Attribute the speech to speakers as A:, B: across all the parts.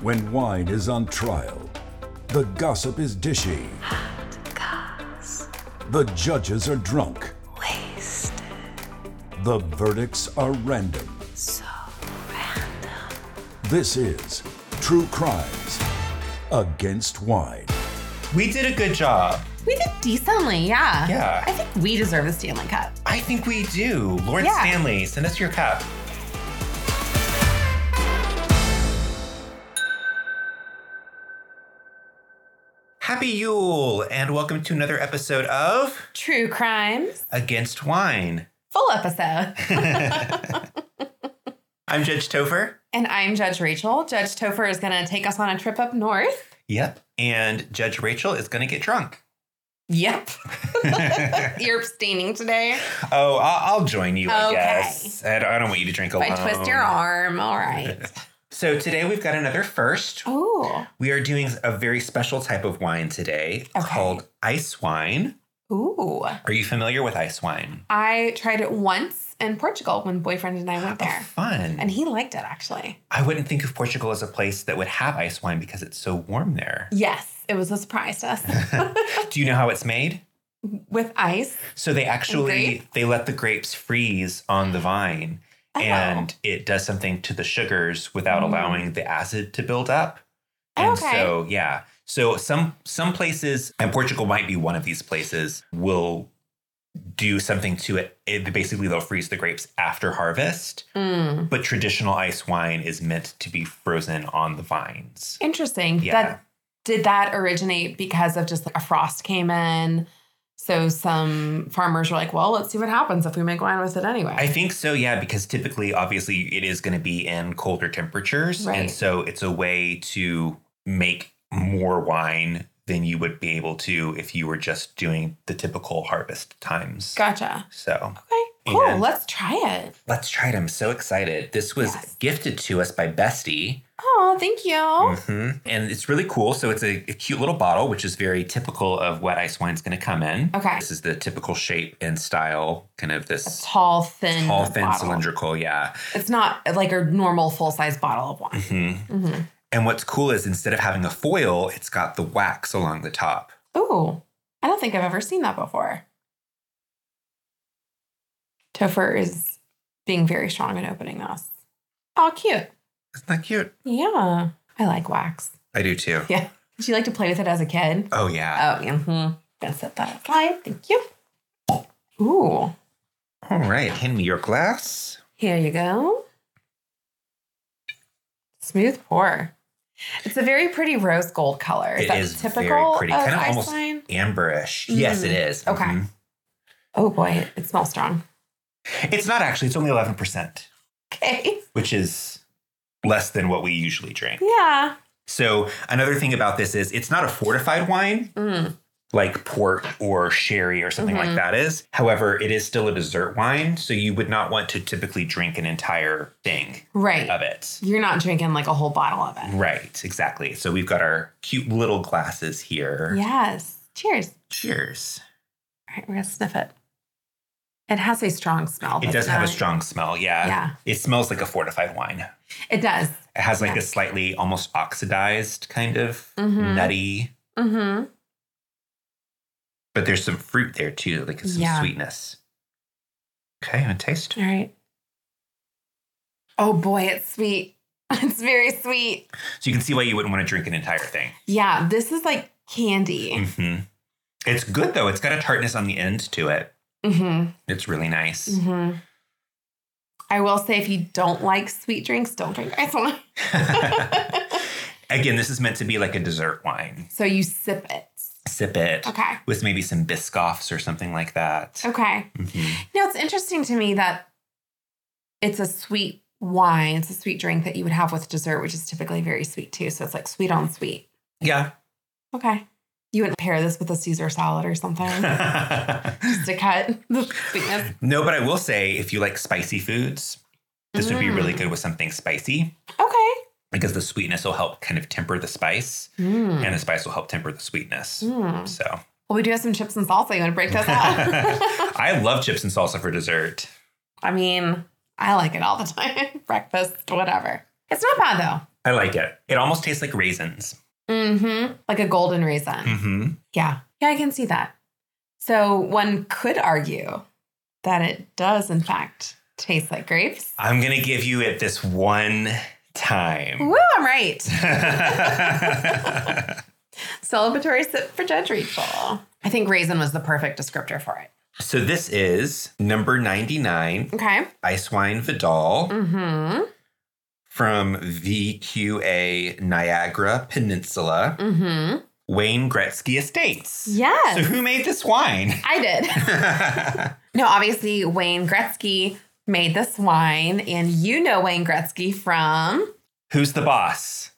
A: when wine is on trial. The gossip is dishy. The judges are drunk. The verdicts are random. This is True Crimes Against Wine.
B: We did a good job.
C: We did decently, yeah.
B: Yeah.
C: I think we deserve a Stanley Cup.
B: I think we do. Lauren
C: Yeah.
B: Stanley, send us your cup. Happy Yule, and welcome to another episode of
C: True crimes.
B: Against Wine.
C: Full episode.
B: I'm Judge Topher.
C: and I'm Judge Rachel. Judge Topher is going to take us on a trip up north.
B: Yep. And Judge Rachel is going to get drunk.
C: Yep. You're abstaining today.
B: Oh, I'll, I'll join you, I
C: Okay.
B: guess. I don't, I don't want you to drink
C: If
B: alone.
C: I twist your arm. All right.
B: So today we've got another first.
C: Ooh.
B: We are doing a very special type of wine today
C: Okay.
B: called ice wine.
C: Ooh.
B: Are you familiar with ice wine?
C: I tried it once in Portugal when boyfriend and I went
B: Oh,
C: there.
B: fun.
C: And he liked it actually.
B: I wouldn't think of Portugal as a place that would have ice wine because it's so warm there.
C: Yes, it was a surprise to us.
B: Do you know how it's made?
C: With ice.
B: So they actually
C: grape?
B: they let the grapes freeze on the vine
C: Oh.
B: and it does something to the sugars without
C: Mm.
B: allowing the acid to build up. And
C: Okay.
B: so yeah. So some some places and Portugal might be one of these places will do something to it. it basically they'll freeze the grapes after harvest,
C: Mm.
B: but traditional ice wine is meant to be frozen on the vines.
C: Interesting.
B: Yeah.
C: That did that originate because of just like a frost came in. So some farmers were like, well, let's see what happens if we make wine with it anyway.
B: I think so, yeah, because typically, obviously, it is going to be in colder temperatures.
C: Right.
B: And so it's a way to make more wine than you would be able to if you were just doing the typical harvest times.
C: gotcha.
B: so
C: Okay. Cool.
B: And-
C: let's try it.
B: let's try it. I'm so excited. This was
C: Yes.
B: gifted to us by Bestie.
C: Oh, thank you.
B: Mhm. And it's really cool. So it's a, a cute little bottle, which is very typical of what ice wine's going to come in.
C: Okay.
B: This is the typical shape and style, kind of
C: A
B: this
C: tall, thin,
B: tall, thin,
C: bottle.
B: cylindrical. Yeah.
C: It's not like a normal full size bottle of wine.
B: hmm
C: Mhm.
B: And what's cool is instead of having a foil, it's got the wax along the top.
C: Ooh, I don't think I've ever seen that before. Topher is being very strong in opening this. Oh, cute.
B: Isn't that cute?
C: Yeah. I like wax.
B: I do too.
C: Yeah. Did you like to play with it as a kid?
B: Oh yeah.
C: Oh, yeah. hmm Gonna set that aside. Thank you. Ooh.
B: All right, hand me your glass.
C: Here you go. Smooth pour. It's a very pretty rose gold color. Is
B: It
C: that
B: is
C: typical
B: very pretty.
C: of
B: Kinda
C: ice
B: almost-
C: wine?
B: Amberish. Yes, it
C: Mm.
B: is.
C: Okay.
B: Mhm.
C: Oh boy, it smells strong.
B: It's not actually. It's only eleven percent,
C: Okay.
B: which is less than what we usually drink.
C: Yeah.
B: So another thing about this is it's not a fortified wine
C: Mm.
B: like port or sherry or something
C: Mhm.
B: like that is. However, it is still a dessert wine, so you would not want to typically drink an entire thing
C: Right.
B: of it.
C: You're not drinking like a whole bottle of it.
B: Right, exactly. So we've got our cute little glasses here.
C: Yes. Cheers.
B: Cheers.
C: All right, we're gonna sniff it. It has a strong smell.
B: It
C: does
B: does
C: it
B: have a
C: not?
B: strong smell. Yeah.
C: Yeah.
B: It smells like a fortified wine.
C: It does.
B: It has like
C: Yeah.
B: a slightly almost oxidized kind of
C: Mhm.
B: nutty,
C: Mm-hmm.
B: but there's some fruit there too, like some
C: Yeah. Hmm.
B: sweetness. Okay, I'm gonna taste.
C: All right. Oh boy, it's sweet. It's very sweet.
B: So you can see why you wouldn't want to drink an entire thing.
C: Yeah, this is like candy.
B: hmm It's good though. It's got a tartness on the end to it.
C: Mm-hmm.
B: It's really nice.
C: Mm-hmm. I will say, if you don't like sweet drinks, don't drink ice wine. Mm.
B: Again, this is meant to be like a dessert wine.
C: So you sip it.
B: Sip it.
C: Okay.
B: with maybe some biscoffs or something like that.
C: Okay.
B: Mhm.
C: Now it's interesting to me that it's a sweet wine. It's a sweet drink that you would have with dessert, which is typically very sweet too. So it's like sweet on sweet.
B: Yeah.
C: Okay. You wouldn't pair this with a Caesar salad or something just to cut the sweetness.
B: no, but I will say if you like spicy foods, this would be
C: Mm.
B: really good with something spicy
C: Okay.
B: because the sweetness will help kind of temper the spice
C: Mm.
B: and the spice will help temper the sweetness.
C: Mm.
B: So
C: Well, we do have some chips and salsa. You want to break those out?
B: I love chips and salsa for dessert.
C: I mean, I like it all the time. Breakfast, whatever. It's not bad though.
B: I like it. It almost tastes like raisins.
C: Mm-hmm. Like a golden raisin.
B: Mm-hmm.
C: Yeah. Yeah, I can see that. So one could argue that it does, in fact, taste like grapes.
B: I'm gonna give you it this one time.
C: Woo, I'm right. Celebratory sip for judge Rachel. I think raisin was the perfect descriptor for it.
B: so this is number 99,
C: Okay.
B: Ice Wine Vidal
C: Mm-hmm.
B: from VQA Niagara Peninsula,
C: Mm-hmm.
B: Wayne Gretzky Estates.
C: Yes.
B: So who made this wine?
C: I did. No, obviously Wayne Gretzky made this wine, and you know Wayne Gretzky from
B: Who's the boss?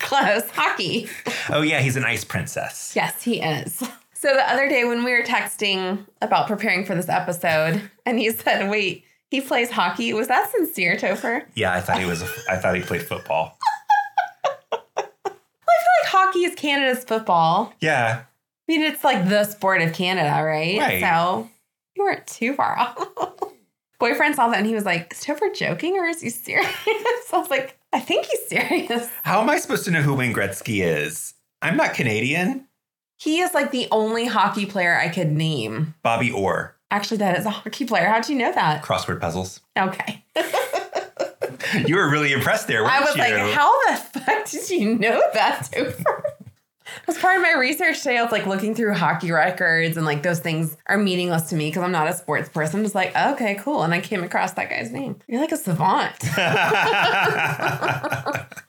C: close hockey.
B: Oh yeah, he's an ice princess.
C: Yes, he is. So the other day when we were texting about preparing for this episode, and he said, "Wait, he plays hockey." Was that sincere, Topher?
B: Yeah, I thought he was. A, I thought he played football.
C: Like hockey is Canada's football.
B: Yeah,
C: I mean, it's like the sport of Canada, right?
B: Right.
C: So you weren't too far off. Boyfriend saw that and he was like, "Is Topher joking or is he serious?" I was like, "I think he's serious."
B: How am I supposed to know who Wayne Gretzky is? I'm not Canadian.
C: He is like the only hockey player I could name.
B: Bobby Orr,
C: Actually, that is a hockey player. How'd you know that?
B: crossword puzzles.
C: Okay.
B: You were really impressed there, weren't
C: I was
B: you?
C: like, how the fuck did you know that, Topher? As part of my research today, I was like looking through hockey records and like those things are meaningless to me because I'm not a sports person. I'm just like, okay, cool. And I came across that guy's name. You're like a savant.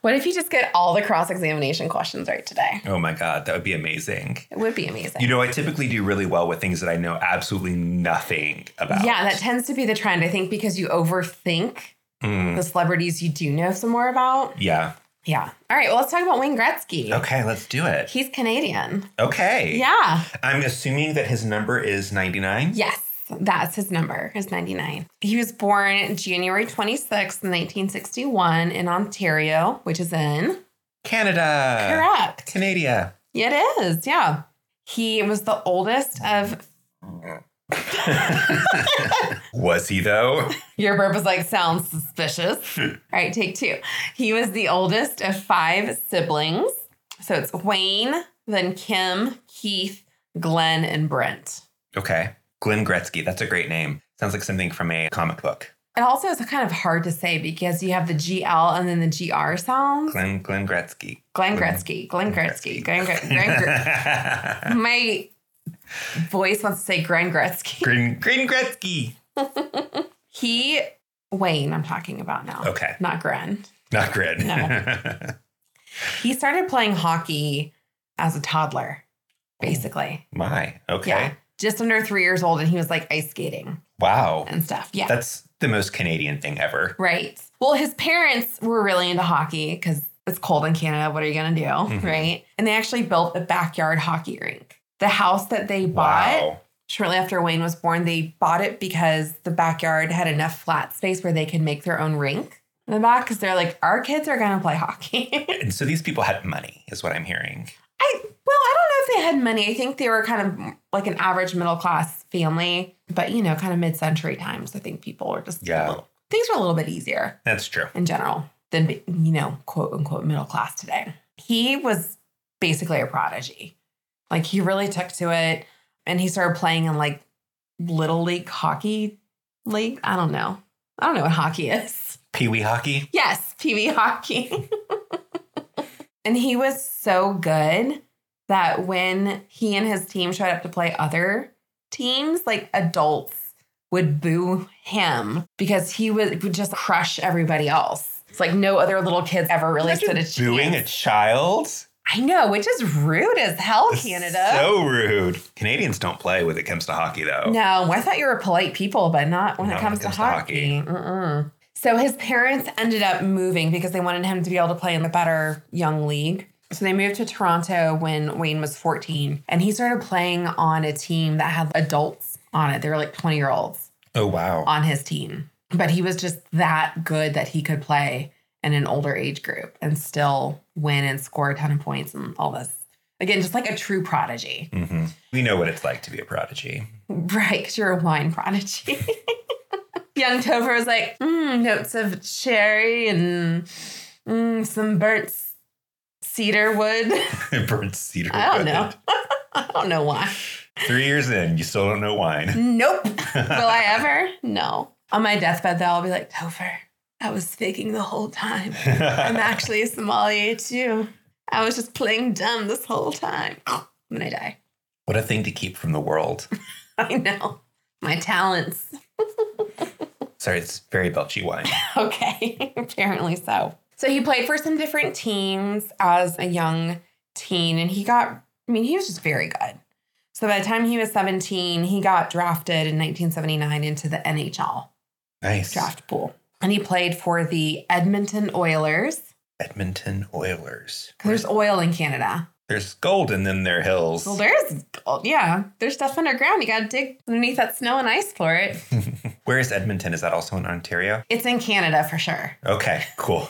C: what if you just get all the cross examination questions right today?
B: oh my God, that would be amazing.
C: It would be amazing.
B: You know, I typically do really well with things that I know absolutely nothing about.
C: Yeah, that tends to be the trend, I think, because you overthink
B: Mm,
C: the celebrities you do know some more about.
B: yeah.
C: Yeah. All right. Well, let's talk about Wayne Gretzky.
B: Okay, let's do it.
C: He's Canadian.
B: Okay.
C: Yeah.
B: I'm assuming that his number is 99.
C: Yes. That's his number, his 99. He was born January 26th, 1961, in Ontario, which is in.
B: Canada.
C: Correct.
B: Canada.
C: It is. Yeah. He was the oldest of.
B: Was he though?
C: Your burp is like, sounds suspicious. All right, take two. He was the oldest of five siblings. So it's Wayne, then Kim, Keith, Glenn, and Brent.
B: Okay. Glenn Gretzky. That's a great name. Sounds like something from a comic book.
C: It also is kind of hard to say because you have the GL and then the GR sounds.
B: Glenn Glenn Gretzky.
C: Glenn Gretzky, Glenn Gretzky, Glenn Gretzky. Glenn Gre-
B: Glenn
C: My voice wants to say Glenn Gretzky.
B: Glenn Gretzky.
C: He, Wayne, I'm talking about now.
B: Okay.
C: Not Gren.
B: Not Grin.
C: He started playing hockey as a toddler, basically.
B: My. Okay.
C: Yeah. Just under three years old, and he was like ice skating
B: Wow.
C: and stuff. Yeah.
B: That's the most Canadian thing ever.
C: Right. Well, his parents were really into hockey because it's cold in Canada. What are you going to do?
B: Mhm.
C: Right. And they actually built a backyard hockey rink. The house that they bought
B: Wow.
C: shortly after Wayne was born, they bought it because the backyard had enough flat space where they could make their own rink in the back because they're like, our kids are going to play hockey. I,
B: And so these people had money, is what I'm hearing.
C: well, I don't know if they had money. I think they were kind of like an average middle class family, but you know, kind of mid century times. I think people were just,
B: Yeah.
C: things were a little bit easier.
B: That's true.
C: in general than be- you know quote unquote middle class today he was basically a prodigy like he really took to it and he started playing in like little league hockey league i don't know i don't know what hockey is
B: Pee wee hockey.
C: yes pv hockey and he was so good that when he and his team showed up to play other teams like adults would boo him because he would, would just crush everybody else. It's like no other little kids ever really stood a
B: Imagine
C: chance.
B: Booing a child.
C: I know, which is rude as hell,
B: That's
C: Canada.
B: So rude. Canadians don't play when it comes to hockey, though.
C: No, I thought you were polite people, but not when Oh. it
B: Not
C: comes, to, hockey. Mm-mm. So his parents ended up moving because they wanted him to be able to play in the better young league. So they moved to Toronto when Wayne was 14, and he started playing on a team that had adults on it. They were like 20 year olds.
B: Oh wow.
C: on his team. But he was just that good that he could play in an older age group and still win and score a ton of points and all this. Again, just like a true prodigy,
B: hmm We know what it's like to be a prodigy.
C: right? Because you're a wine prodigy. Young Topher was like, mm, notes of cherry and Mm, some burnt s- cedar wood.
B: Burnt cedar.
C: I don't
B: wood.
C: know. I don't know why.
B: Three years in, you still don't know wine.
C: Nope. Will I ever? No. On my deathbed, though, I'll be like, Topher, I was faking the whole time. I'm actually a sommelier too. I was just playing dumb this whole time. When I die,
B: what a thing to keep from the world.
C: I know my talents.
B: Sorry, it's very belchy wine.
C: Okay, apparently so. So he played for some different teams as a young teen, and he got. I mean, he was just very good. So by the time he was 17, he got drafted in 1979 into the NHL
B: Nice.
C: draft pool, and he played for the Edmonton Oilers.
B: Edmonton Oilers.
C: There's oil in Canada.
B: There's gold in them there hills.
C: Well, there's gold. Yeah, there's stuff underground. You got to dig underneath that snow and ice for it.
B: Where is Edmonton? Is that also in Ontario?
C: It's in Canada for sure.
B: Okay, cool.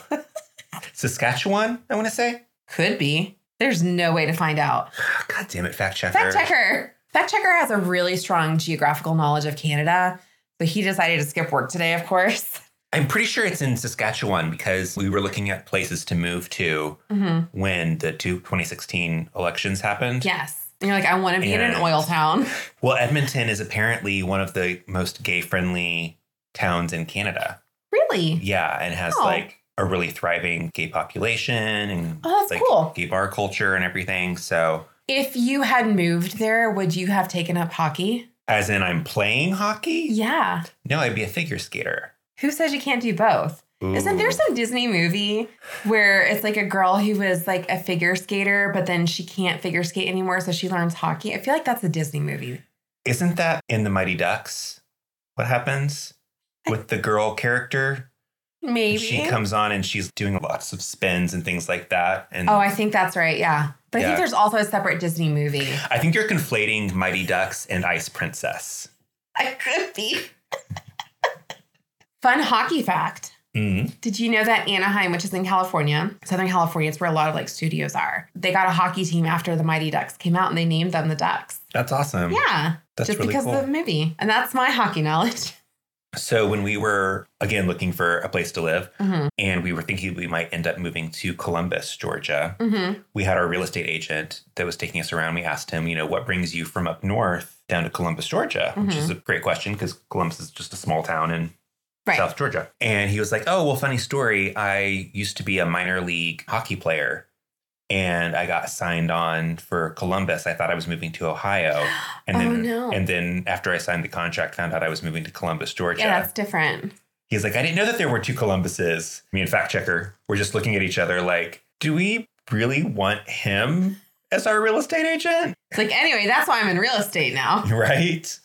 B: Saskatchewan, I want to say.
C: Could be. There's no way to find out.
B: God damn it, fact checker.
C: Fact checker. Fact checker has a really strong geographical knowledge of Canada. So he decided to skip work today, of course.
B: I'm pretty sure it's in Saskatchewan because we were looking at places to move to
C: Mm-hmm.
B: when the two 2016 elections happened.
C: Yes. And you're like, I want to be in an
B: And-
C: oil town.
B: Well, Edmonton is apparently one of the most gay friendly towns in Canada.
C: Really?
B: Yeah, and has
C: Oh.
B: like a really thriving gay population and
C: Oh, that's
B: like
C: cool.
B: gay bar culture and everything. So,
C: If you had moved there, would you have taken up hockey?
B: as in, I'm playing hockey?
C: Yeah.
B: No, I'd be a figure skater.
C: Who says you can't do both? Isn't there
B: Ooh.
C: some Disney movie where it's like a girl who was like a figure skater, but then she can't figure skate anymore, so she learns hockey? I feel like that's a Disney movie.
B: Isn't that in the Mighty Ducks? What happens with the girl character?
C: Maybe.
B: She comes on and she's doing lots of spins and things like that. And
C: oh, I think that's right. Yeah. But I think
B: Yeah.
C: there's also a separate Disney movie.
B: I think you're conflating Mighty Ducks and Ice Princess.
C: I could be. Fun hockey fact.
B: Mm.
C: Did you know that Anaheim, which is in California, Southern California, it's where a lot of like studios are. They got a hockey team after the Mighty Ducks came out and they named them the Ducks.
B: That's awesome.
C: Yeah.
B: That's
C: just
B: really
C: because
B: cool.
C: of the movie. And that's my hockey knowledge.
B: So when we were again looking for a place to live,
C: Mhm.
B: and we were thinking we might end up moving to Columbus, Georgia,
C: Mm-hmm.
B: we had our real estate agent that was taking us around. We asked him, you know, what brings you from up north down to Columbus, Georgia, which is a great question because Columbus is just a small town in
C: Mm-hmm. Right.
B: South Georgia. And he was like, Oh, well, funny story. I used to be a minor league hockey player and I got signed on for Columbus. I thought I was moving to Ohio. And
C: Oh,
B: then
C: no.
B: and then after I signed the contract, found out I was moving to Columbus, Georgia.
C: Yeah, that's different.
B: He's like, I didn't know that there were two Columbuses. Me and fact checker were just looking at each other like, do we really want him as our real estate agent?
C: It's like, anyway, that's why I'm in real estate now.
B: Right?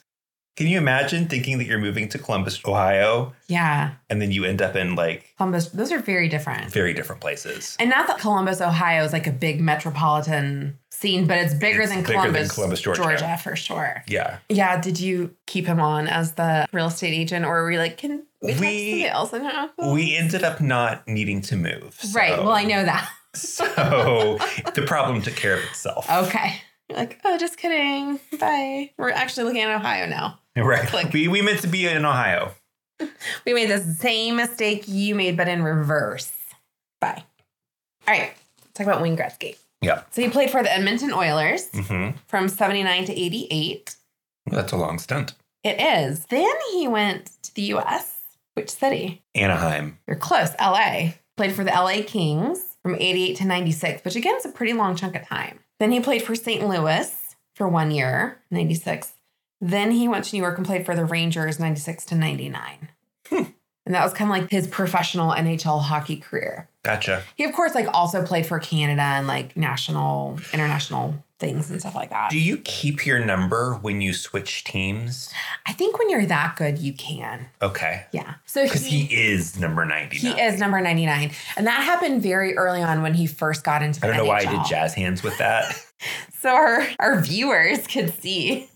B: Can you imagine thinking that you're moving to Columbus, Ohio,
C: Yeah.
B: and then you end up in like
C: Columbus, those are very different.
B: very different places?
C: And not that Columbus, Ohio is like a big metropolitan scene, but it's bigger,
B: It's
C: than,
B: bigger than
C: Columbus,
B: Columbus, Georgia.
C: Georgia, for sure.
B: Yeah.
C: Yeah. Did you keep him on as the real estate agent or were you like, can we, talk to
B: We-
C: somebody else? I don't know.
B: We ended up not needing to move. so-
C: Right. Well, I know that.
B: So the problem took care of itself.
C: Okay. You're like, oh, just kidding. Bye. We're actually looking at Ohio now.
B: Right.
C: Click.
B: We, we meant to be in Ohio.
C: We made the same mistake you made, but in reverse. Bye. All right. Let's talk about Wayne Gretzky.
B: Yeah.
C: So he played for the Edmonton Oilers
B: hmm
C: from 79 to 88.
B: That's a long stunt.
C: It is. Then he went to the US. Which city?
B: Anaheim.
C: You're close, LA. Played for the LA Kings from 88 to 96, which again is a pretty long chunk of time. Then he played for St. Louis for one year, 96. Then he went to New York and played for the Rangers, 96 to 99.
B: Hmm.
C: And that was kind of like his professional NHL hockey career.
B: Gotcha.
C: He of course like also played for Canada and like national international things and stuff like that.
B: Do you keep your number when you switch teams?
C: I think when you're that good you can.
B: Okay.
C: Yeah. So
B: Because he,
C: he
B: is number
C: he
B: 99.
C: is number 99 and that happened very early on when he first got into the
B: I don't know why I did
C: NHL.
B: jazz hands with that.
C: So our our viewers could see.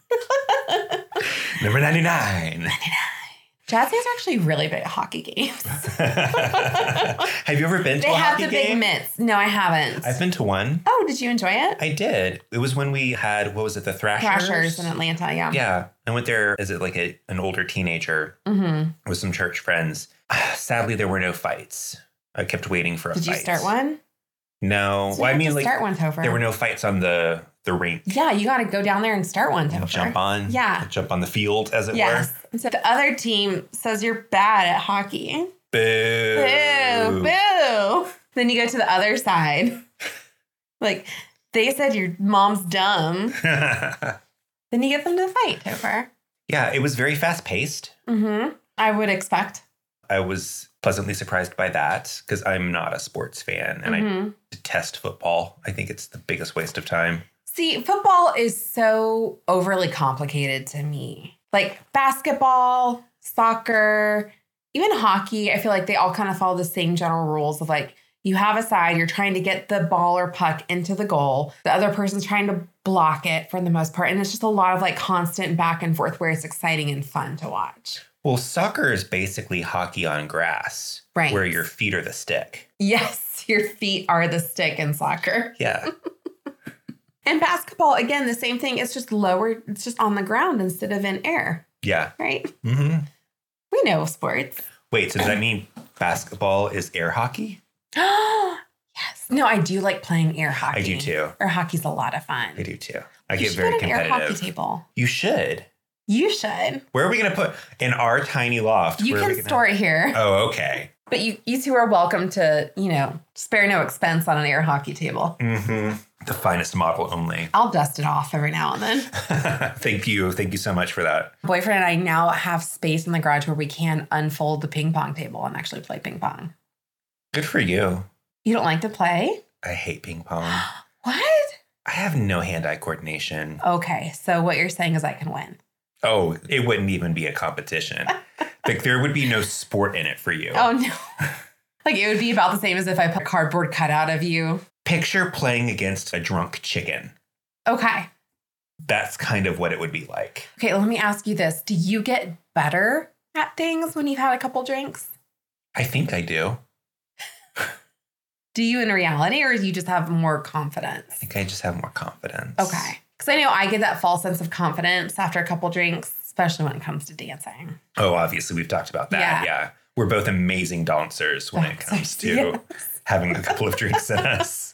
B: number 99.
C: Jazz hands are actually really big at hockey games.
B: have you ever been to
C: They
B: a
C: have
B: hockey
C: the big
B: game?
C: mitts. No, I haven't.
B: I've been to one.
C: oh, did you enjoy it?
B: I did. It was when we had, what was it, the Thrashers?
C: Thrashers in Atlanta, yeah.
B: Yeah. I went there as it like a, an older teenager
C: Mhm.
B: with some church friends. Sadly, there were no fights. I kept waiting for a
C: Did
B: fight.
C: you start one?
B: No.
C: So you
B: well, I
C: have
B: mean,
C: to
B: like,
C: start one, Topher.
B: there were no fights on the the rink.
C: yeah, you got to go down there and start one, Topher.
B: Jump on.
C: Yeah.
B: Jump on the field, as it
C: Yes. And so the other team says you're bad at hockey.
B: were.
C: Boo, boo. Then you go to the other side. Like they said your mom's dumb. Then you get them to fight, Topher.
B: yeah, it was very fast paced.
C: Mm-hmm. I would expect.
B: I was pleasantly surprised by that because I'm not a sports fan and I
C: Mhm.
B: detest football. I think it's the biggest waste of time.
C: See, football is so overly complicated to me. Like basketball, soccer, even hockey, I feel like they all kind of follow the same general rules of like you have a side, you're trying to get the ball or puck into the goal. The other person's trying to block it for the most part. And it's just a lot of like constant back and forth where it's exciting and fun to watch.
B: Well, soccer is basically hockey on grass,
C: Right.
B: where your feet are the stick.
C: Yes, your feet are the stick in soccer.
B: Yeah.
C: And basketball, again, the same thing. It's just lower, it's just on the ground instead of in air,
B: Yeah.
C: right?
B: hmm
C: We know sports.
B: Wait, so does that mean basketball is air hockey?
C: yes. No, I do like playing air hockey.
B: I do too.
C: Air hockey's a lot of fun.
B: I do too. I
C: You
B: get
C: should
B: very
C: put an air hockey
B: competitive.
C: table.
B: You should.
C: You should.
B: Where are we going to put in our tiny loft?
C: You
B: where are
C: can
B: we gonna-
C: store it here,
B: Oh, okay.
C: but you you two are welcome to you know spare no expense on an air hockey table.
B: hmm The finest model only.
C: I'll dust it off every now and then.
B: Thank you. Thank you so much for that.
C: Boyfriend and I now have space in the garage where we can unfold the ping pong table and actually play ping pong.
B: Good for you.
C: You don't like to play?
B: I hate ping pong. I
C: What?
B: have no hand eye coordination.
C: Okay, so what you're saying is I can win.
B: Oh, it wouldn't even be a competition. like, there would be no sport in it for you.
C: Oh no. like it would be about the same as if I put a cardboard cutout of you.
B: Picture playing against a drunk chicken.
C: Okay.
B: That's kind of what it would be like.
C: Okay, let me ask you this. Do you get better at things when you've had a couple drinks?
B: I think I do.
C: Do you in reality or do you just have more confidence?
B: I think I just have more confidence.
C: Okay. Because I know I get that false sense of confidence after a couple drinks, especially when it comes to dancing.
B: Oh, obviously, we've talked about that. Yeah.
C: Yeah.
B: We're both amazing dancers when it
C: That's
B: comes to
C: yes.
B: having a couple of drinks in us.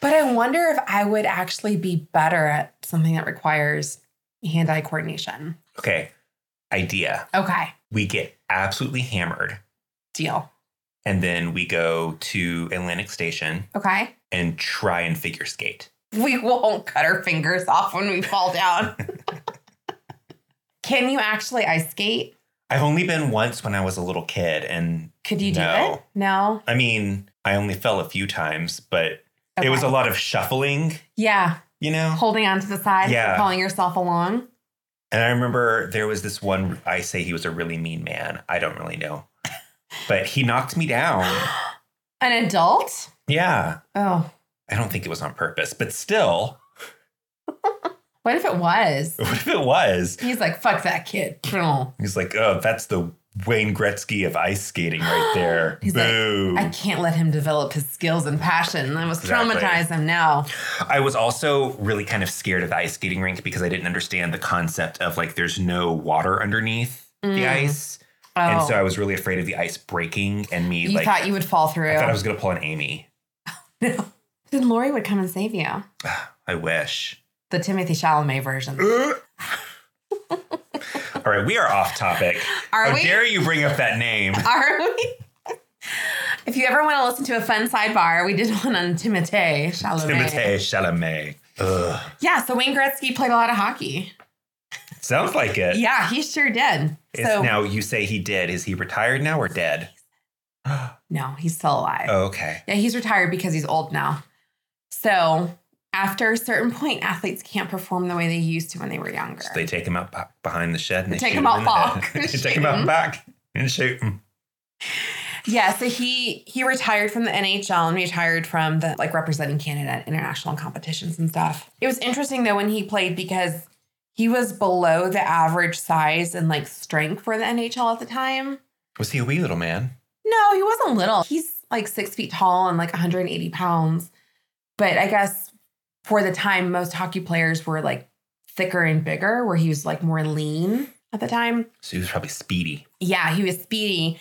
C: But I wonder if I would actually be better at something that requires hand eye coordination.
B: Okay. Idea.
C: Okay,
B: We get absolutely hammered.
C: deal.
B: And then we go to Atlantic Station
C: Okay.
B: and try and figure skate.
C: We won't cut our fingers off when we fall down. Can you actually ice skate?
B: I've only been once when I was a little kid. And
C: Could you do
B: No.
C: it? No.
B: I mean, I only fell a few times, but it was
C: Okay.
B: a lot of shuffling,
C: Yeah,
B: you know?
C: holding on to the side,
B: Yeah.
C: pulling yourself along.
B: And I remember there was this one, I say he was a really mean man. I don't really know. But he knocked me down.
C: An adult?
B: Yeah.
C: Oh,
B: I don't think it was on purpose, but still,
C: what if it was?
B: what if it was?
C: He's like, fuck that kid. No,
B: He's like, oh, that's the Wayne Gretzky of ice skating right there.
C: He's like,
B: Boo.
C: I can't let him develop his skills and passion. I must
B: Exactly.
C: traumatize him now.
B: I was also really kind of scared of the ice skating rink because I didn't understand the concept of like there's no water underneath the
C: Mm.
B: ice.
C: Oh,
B: And so I was really afraid of the ice breaking and me
C: you
B: like
C: thought you would fall through.
B: I thought I was gonna pull an Amy.
C: then Lori would come and save you.
B: I wish.
C: The Timothy Chalamet version.
B: All right, we are off topic.
C: Are
B: How
C: we?
B: dare you bring up that name?
C: Are we? If you ever want to listen to a fun sidebar, we did one on Timothée Chalamet.
B: Timothée Chalamet. Ugh.
C: Yeah, so Wayne Gretzky played a lot of hockey.
B: Sounds like it.
C: Yeah, he sure did.
B: It's
C: so
B: now you say he did. Is he retired now or dead?
C: no, he's still alive.
B: Oh, okay.
C: Yeah, he's retired because he's old now. So after a certain point, athletes can't perform the way they used to when they were younger.
B: So they take him out back behind the shed and
C: They
B: they,
C: take
B: shoot
C: him out
B: in the head.
C: back.
B: they
C: Shoot
B: take him out
C: him.
B: back and shoot him.
C: yeah, so he he retired from the NHL and retired from the like representing Canada at international competitions and stuff. It was interesting though when he played because he was below the average size and like strength for the NHL at the time.
B: Was he a wee little man?
C: No, he wasn't little. He's like six feet tall and like 180 pounds. But I guess for the time, most hockey players were like thicker and bigger, where he was like more lean at the time.
B: So he was probably speedy.
C: Yeah, he was speedy.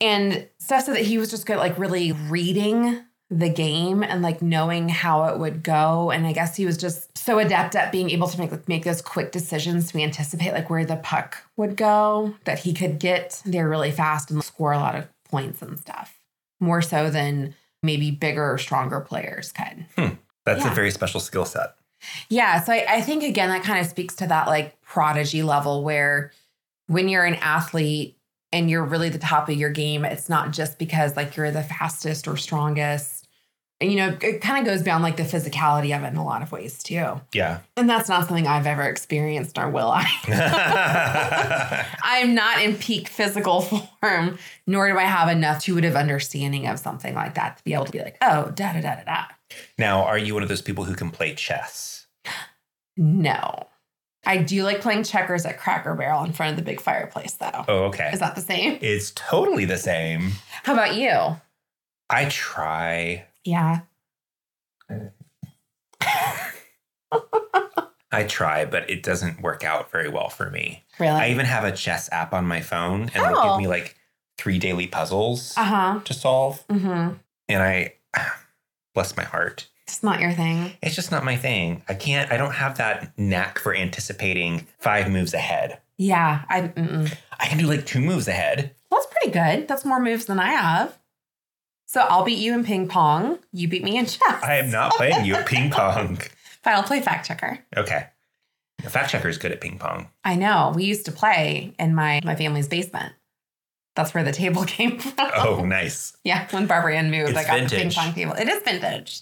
C: And stuff said that he was just good, at, like really reading the game and like knowing how it would go. And I guess he was just so adept at being able to make like, make those quick decisions to anticipate like where the puck would go that he could get there really fast and score a lot of points and stuff. More so than maybe bigger or stronger players could.
B: That's
C: Yeah.
B: a very special skill set.
C: Yeah. So I, I think, again, that kind of speaks to that like prodigy level where when you're an athlete and you're really the top of your game, it's not just because like you're the fastest or strongest. And, you know, it kind of goes beyond like the physicality of it in a lot of ways too.
B: Yeah.
C: And that's not something I've ever experienced or will I. I'm not in peak physical form, nor do I have enough intuitive understanding of something like that to be able to be like, oh, da da da da da.
B: now, are you one of those people who can play chess?
C: No. I do like playing checkers at Cracker Barrel in front of the big fireplace, though.
B: Oh, okay.
C: Is that the same?
B: it's totally the same.
C: How about you?
B: I try.
C: Yeah.
B: I try, but it doesn't work out very well for me.
C: Really?
B: I even have a chess app on my phone and it'll
C: Uh. Oh.
B: give me like three daily puzzles
C: uh huh.
B: to solve.
C: Mm-hmm.
B: And I, bless my heart,
C: It's not your thing.
B: it's just not my thing. I can't, I don't have that knack for anticipating five moves ahead.
C: Yeah. I. Mm-mm.
B: I can do like two moves ahead.
C: That's pretty good. That's more moves than I have. So I'll beat you in ping pong. You beat me in chess.
B: I am not playing you at ping pong.
C: But I'll play fact checker.
B: Okay. The fact checker is good at ping pong.
C: I know. We used to play in my my family's basement. That's where the table came from.
B: Oh, nice.
C: Yeah, when Barbarian moved,
B: It's
C: I got the ping
B: vintage.
C: pong table. It is vintage.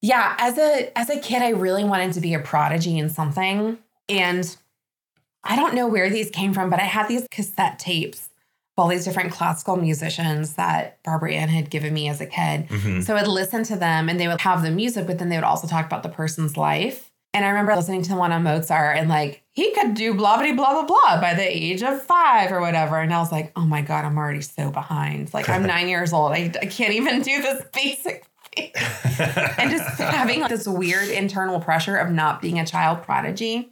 C: Yeah, as a as a kid, I really wanted to be a prodigy in something, and I don't know where these came from, but I had these cassette tapes of all these different classical musicians that Barbara Ann had given me as a kid.
B: hmm
C: So I'd listen to them and they would have the music, but then they would also talk about the person's life. And I remember listening to the one on Mozart and like, he could do blah, blah, blah, blah, blah by the age of five or whatever. And I was like, oh my God, I'm already so behind. Like, I'm nine years old. I, I can't even do this basic thing. And just having like, this weird internal pressure of not being a child prodigy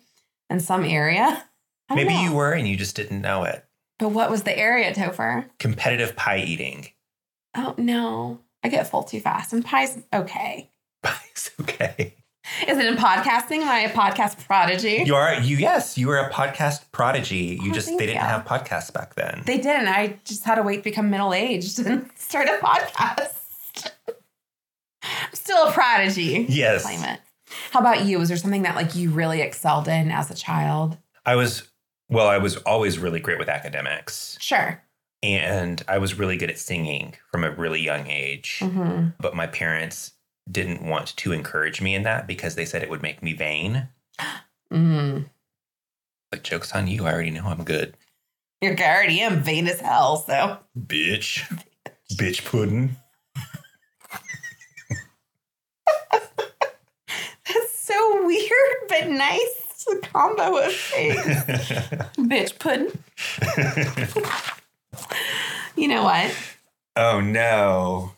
C: in some area. I don't
B: Maybe
C: know.
B: you were and you just didn't know it.
C: But what was the area, Topher?
B: Competitive pie eating.
C: Oh, no. I get full too fast. And pie's okay.
B: Pie's okay.
C: Is it in podcasting? Am I a podcast prodigy?
B: You are you yes, you were a podcast prodigy. You
C: Oh,
B: just they
C: thank
B: didn't
C: you.
B: have podcasts back then.
C: they didn't. I just had to wait to become middle aged and start a podcast. I'm still a prodigy.
B: yes.
C: Claim it. How about you? Was there something that like you really excelled in as a child?
B: I was well, I was always really great with academics
C: Sure.
B: and I was really good at singing from a really young age.
C: hmm
B: But my parents didn't want to encourage me in that because they said it would make me vain.
C: Mm.
B: Like jokes on you, I already know I'm good.
C: You're I already am vain as hell. So
B: Bitch. Bitch pudding.
C: that's so weird, but nice It's a combo of things. Bitch pudding. You know what?
B: oh no.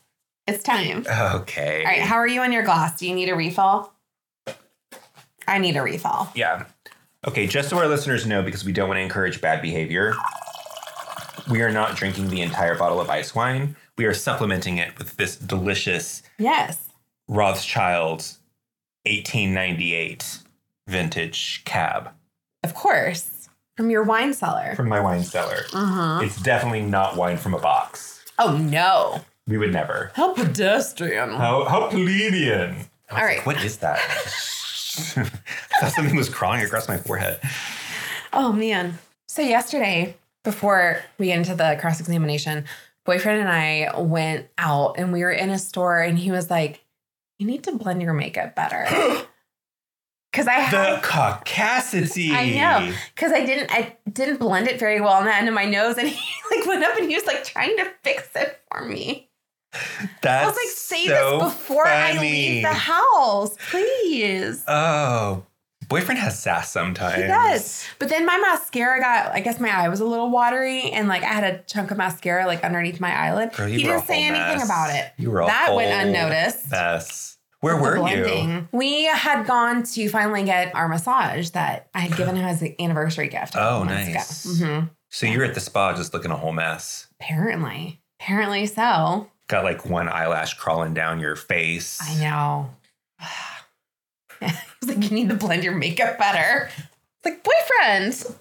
C: It's time.
B: Okay.
C: All right. How are you on your glass? Do you need a refill? I need a refill.
B: Yeah. Okay, just so our listeners know, because we don't want to encourage bad behavior, we are not drinking the entire bottle of ice wine. We are supplementing it with this delicious
C: Yes.
B: Rothschild 1898 vintage cab
C: Of course. From your wine cellar.
B: from my wine cellar.
C: Uh-huh.
B: It's definitely not wine from a box.
C: Oh no.
B: We would never.
C: How pedestrian.
B: How, how plebeian. I was
C: All
B: like,
C: right.
B: what is that? I thought something was crawling across my forehead.
C: Oh man. So yesterday, before we get into the cross examination, boyfriend and I went out and we were in a store and he was like, "You need to blend your makeup better." Cuz I
B: The
C: had
B: caucasity.
C: I know. Cuz I didn't I didn't blend it very well on the end of my nose and he like went up and he was like trying to fix it for me.
B: That's
C: I was like, "Say
B: so
C: this before I leave
B: funny.
C: the house, please."
B: Oh, boyfriend has sass sometimes.
C: He does. But then my mascara got, I guess my eye was a little watery and like I had a chunk of mascara like underneath my eyelid.
B: Girl, you
C: he
B: were a
C: didn't say
B: whole
C: anything
B: mess.
C: about it.
B: You were a
C: That went
B: whole
C: unnoticed.
B: Mess. Where
C: The
B: were you?
C: blending. We had gone to finally get our massage that I had given him as an anniversary gift. a couple
B: Oh,
C: months ago.
B: nice.
C: Mhm.
B: So you're at the spa just looking a whole mess.
C: Apparently. Apparently so.
B: Got like one eyelash crawling down your face.
C: I know. I was like, you need to blend your makeup better. It's like boyfriend.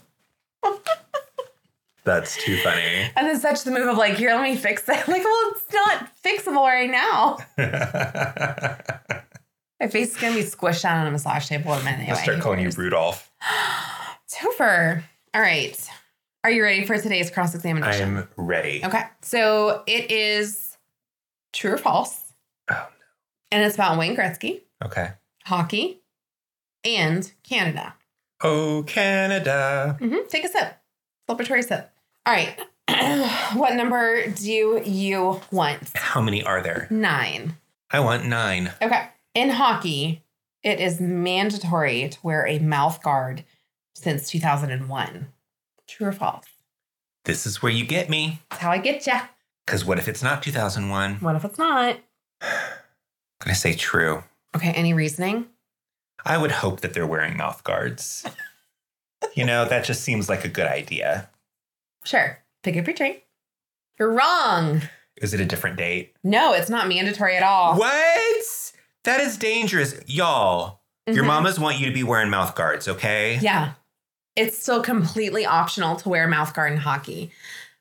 B: That's too funny.
C: And then such the move of like, here, let me fix it. like, well, it's not fixable right now. My face is gonna be squished down on a massage table in a minute.
B: Let's start
C: Anyway.
B: calling you Rudolph.
C: It's over. All right. Are you ready for today's cross
B: I
C: examination?
B: am ready.
C: Okay. So it is true or false.
B: Oh, no.
C: And it's about Wayne Gretzky,
B: Okay.
C: hockey, and Canada.
B: Oh, Canada.
C: hmm Take a sip. Celebratory sip. All right. what number do you want?
B: How many are there?
C: Nine.
B: I want nine.
C: Okay. In hockey, it is mandatory to wear a mouth guard since 2001. True or false?
B: This is where you get me.
C: That's how I get ya.
B: Because what if it's not 2001? I'm
C: What if it's not?
B: going to say true.
C: Okay. Any reasoning?
B: I would hope that they're wearing mouth guards. you know, that just seems like a good idea.
C: Sure. Pick up your drink. You're wrong.
B: Is it a different date?
C: No, it's not mandatory at all.
B: What? That is dangerous. Y'all, your
C: Mhm.
B: mamas want you to be wearing mouth guards, okay?
C: Yeah. It's still completely optional to wear a mouth guard in hockey,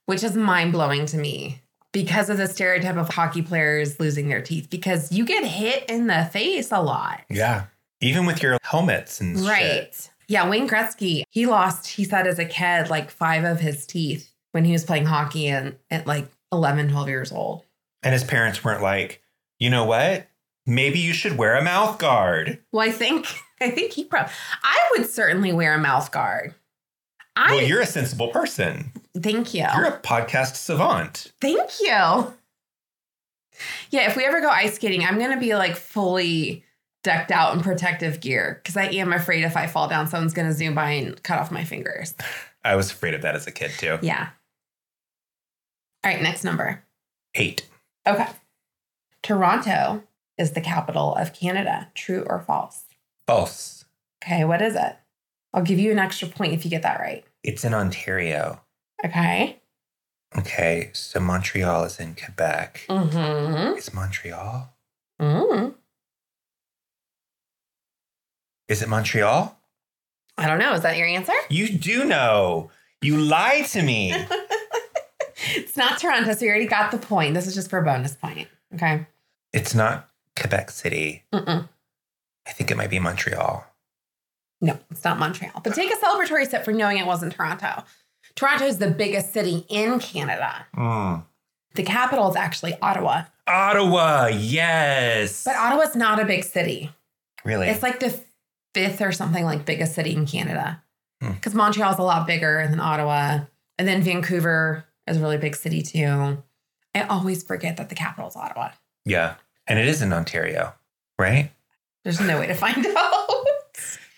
C: which is mind blowing to me because of the stereotype of hockey players losing their teeth because you get hit in the face a lot.
B: Yeah. Even with your helmets and
C: Right.
B: shit.
C: Yeah, Wayne Gretzky, he lost, he said as a kid, like five of his teeth when he was playing hockey and at like 11, 12 years old.
B: And his parents weren't like, you know what? Maybe you should wear a mouth guard.
C: Well, I think, I think he probably, I would certainly wear a mouth guard. I,
B: well, you're a sensible person.
C: thank you.
B: You're a podcast savant.
C: Thank you. Yeah, if we ever go ice skating, I'm going to be like fully decked out in protective gear because I am afraid if I fall down, someone's going to zoom by and cut off my fingers.
B: I was afraid of that as a kid, too.
C: Yeah. All right, next number.
B: Eight.
C: Okay. Toronto is the capital of Canada. True or false?
B: False.
C: Okay, what is it? I'll give you an extra point if you get that right.
B: It's in Ontario.
C: Okay.
B: Okay, so Montreal is in Quebec.
C: Mm-hmm.
B: Is Montreal?
C: Mm.
B: Is it Montreal?
C: I don't know. Is that your answer?
B: You do know. You lie to me.
C: It's not Toronto, so you already got the point. This is just for a bonus point. Okay.
B: it's not Quebec City.
C: Mm-mm.
B: I think it might be Montreal.
C: No, it's not Montreal. But take a celebratory sip for knowing it wasn't Toronto. Toronto is the biggest city in Canada.
B: Mm.
C: The capital is actually Ottawa,
B: Ottawa, yes.
C: but Ottawa's not a big city.
B: really?
C: It's like the fifth or something like biggest city in Canada.
B: Hmm.
C: Because Montreal's a lot bigger than Ottawa. And then Vancouver is a really big city too. I always forget that the capital is Ottawa.
B: yeah. And it is in Ontario, right?
C: There's no way to find out.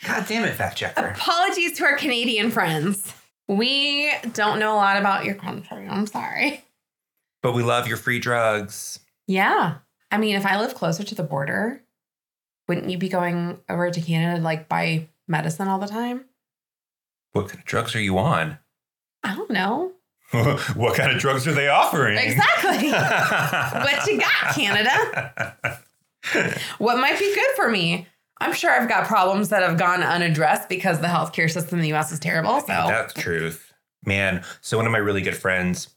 B: God damn it, fact checker.
C: Apologies to our Canadian friends. We don't know a lot about your country. I'm sorry.
B: But we love your free drugs.
C: Yeah. I mean, if I live closer to the border, wouldn't you be going over to Canada to like buy medicine all the time?
B: What kind of drugs are you on?
C: I don't know.
B: what kind of drugs are they offering?
C: Exactly.
B: what
C: What you got, Canada? what might be good for me? I'm sure I've got problems that have gone unaddressed because the healthcare system in the US is terrible. So
B: That's the truth. Man, so one of my really good friends,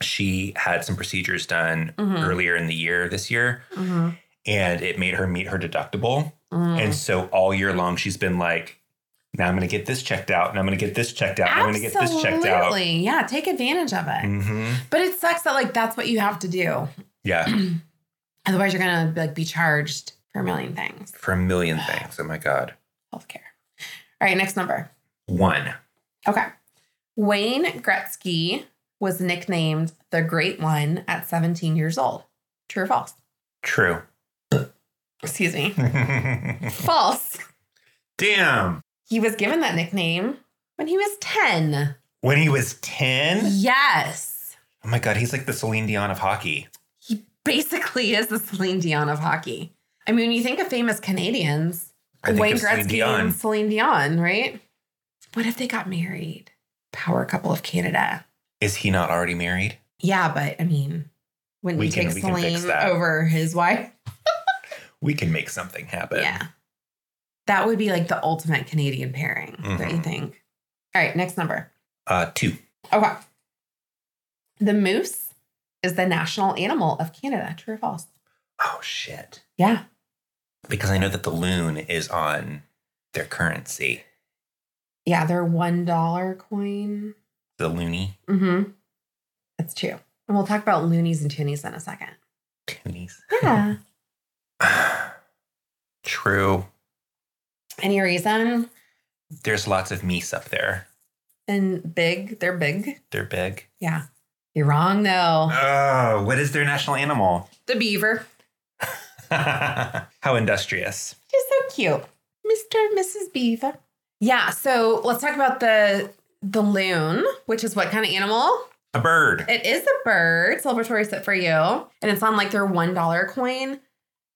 B: she had some procedures done
C: Mhm.
B: earlier in the year this year,
C: Mhm.
B: and it made her meet her deductible.
C: Mm.
B: And so all year long, she's been like, now I'm going to get this checked out, and I'm going to get this checked out, and I'm going to get this checked out.
C: Absolutely. Yeah, take advantage of it.
B: hmm
C: But it sucks that like that's what you have to do.
B: Yeah,
C: Otherwise, you're gonna like be charged for a million things.
B: for a million things. Oh my God.
C: Healthcare. All right, next number.
B: One.
C: Okay. Wayne Gretzky was nicknamed the Great One at 17 years old. True or false?
B: True.
C: Excuse me.
B: Damn.
C: false. He was given that nickname when he was 10.
B: When he was 10?
C: Yes.
B: Oh my God, he's like the Celine Dion of hockey.
C: He basically is the Celine Dion of hockey. I mean, when you think of famous Canadians,
B: I think
C: Wayne
B: of Celine
C: Gretzky and Celine Dion, right? What if they got married? Power couple of Canada.
B: Is he not already married?
C: Yeah, but I mean, when
B: We
C: he
B: can-
C: takes
B: we can fix
C: Salim
B: that.
C: over his wife,
B: We can make something happen.
C: yeah, that would be like the ultimate Canadian pairing, don't you
B: Mhm.
C: think? All right, next number.
B: Uh, two.
C: Okay. The moose is the national animal of Canada. True or false?
B: Oh shit.
C: Yeah.
B: Because I know that the loon is on their currency.
C: Yeah, they're one dollar coin.
B: The loony
C: Mm-hmm. That's true. And we'll talk about loonies and toonies in a second.
B: toonies.
C: Yeah.
B: True.
C: Any reason?
B: There's lots of meese up there.
C: And big, they're big.
B: They're big.
C: Yeah. You're wrong though.
B: Oh, what is their national animal?
C: The beaver.
B: How industrious.
C: She's so cute. Mr. and Mrs. Beaver. Yeah, so let's talk about the the loon, which is what kind of animal?
B: A bird.
C: It is a bird. Celebratory set for you. And it's on like their one dollar coin.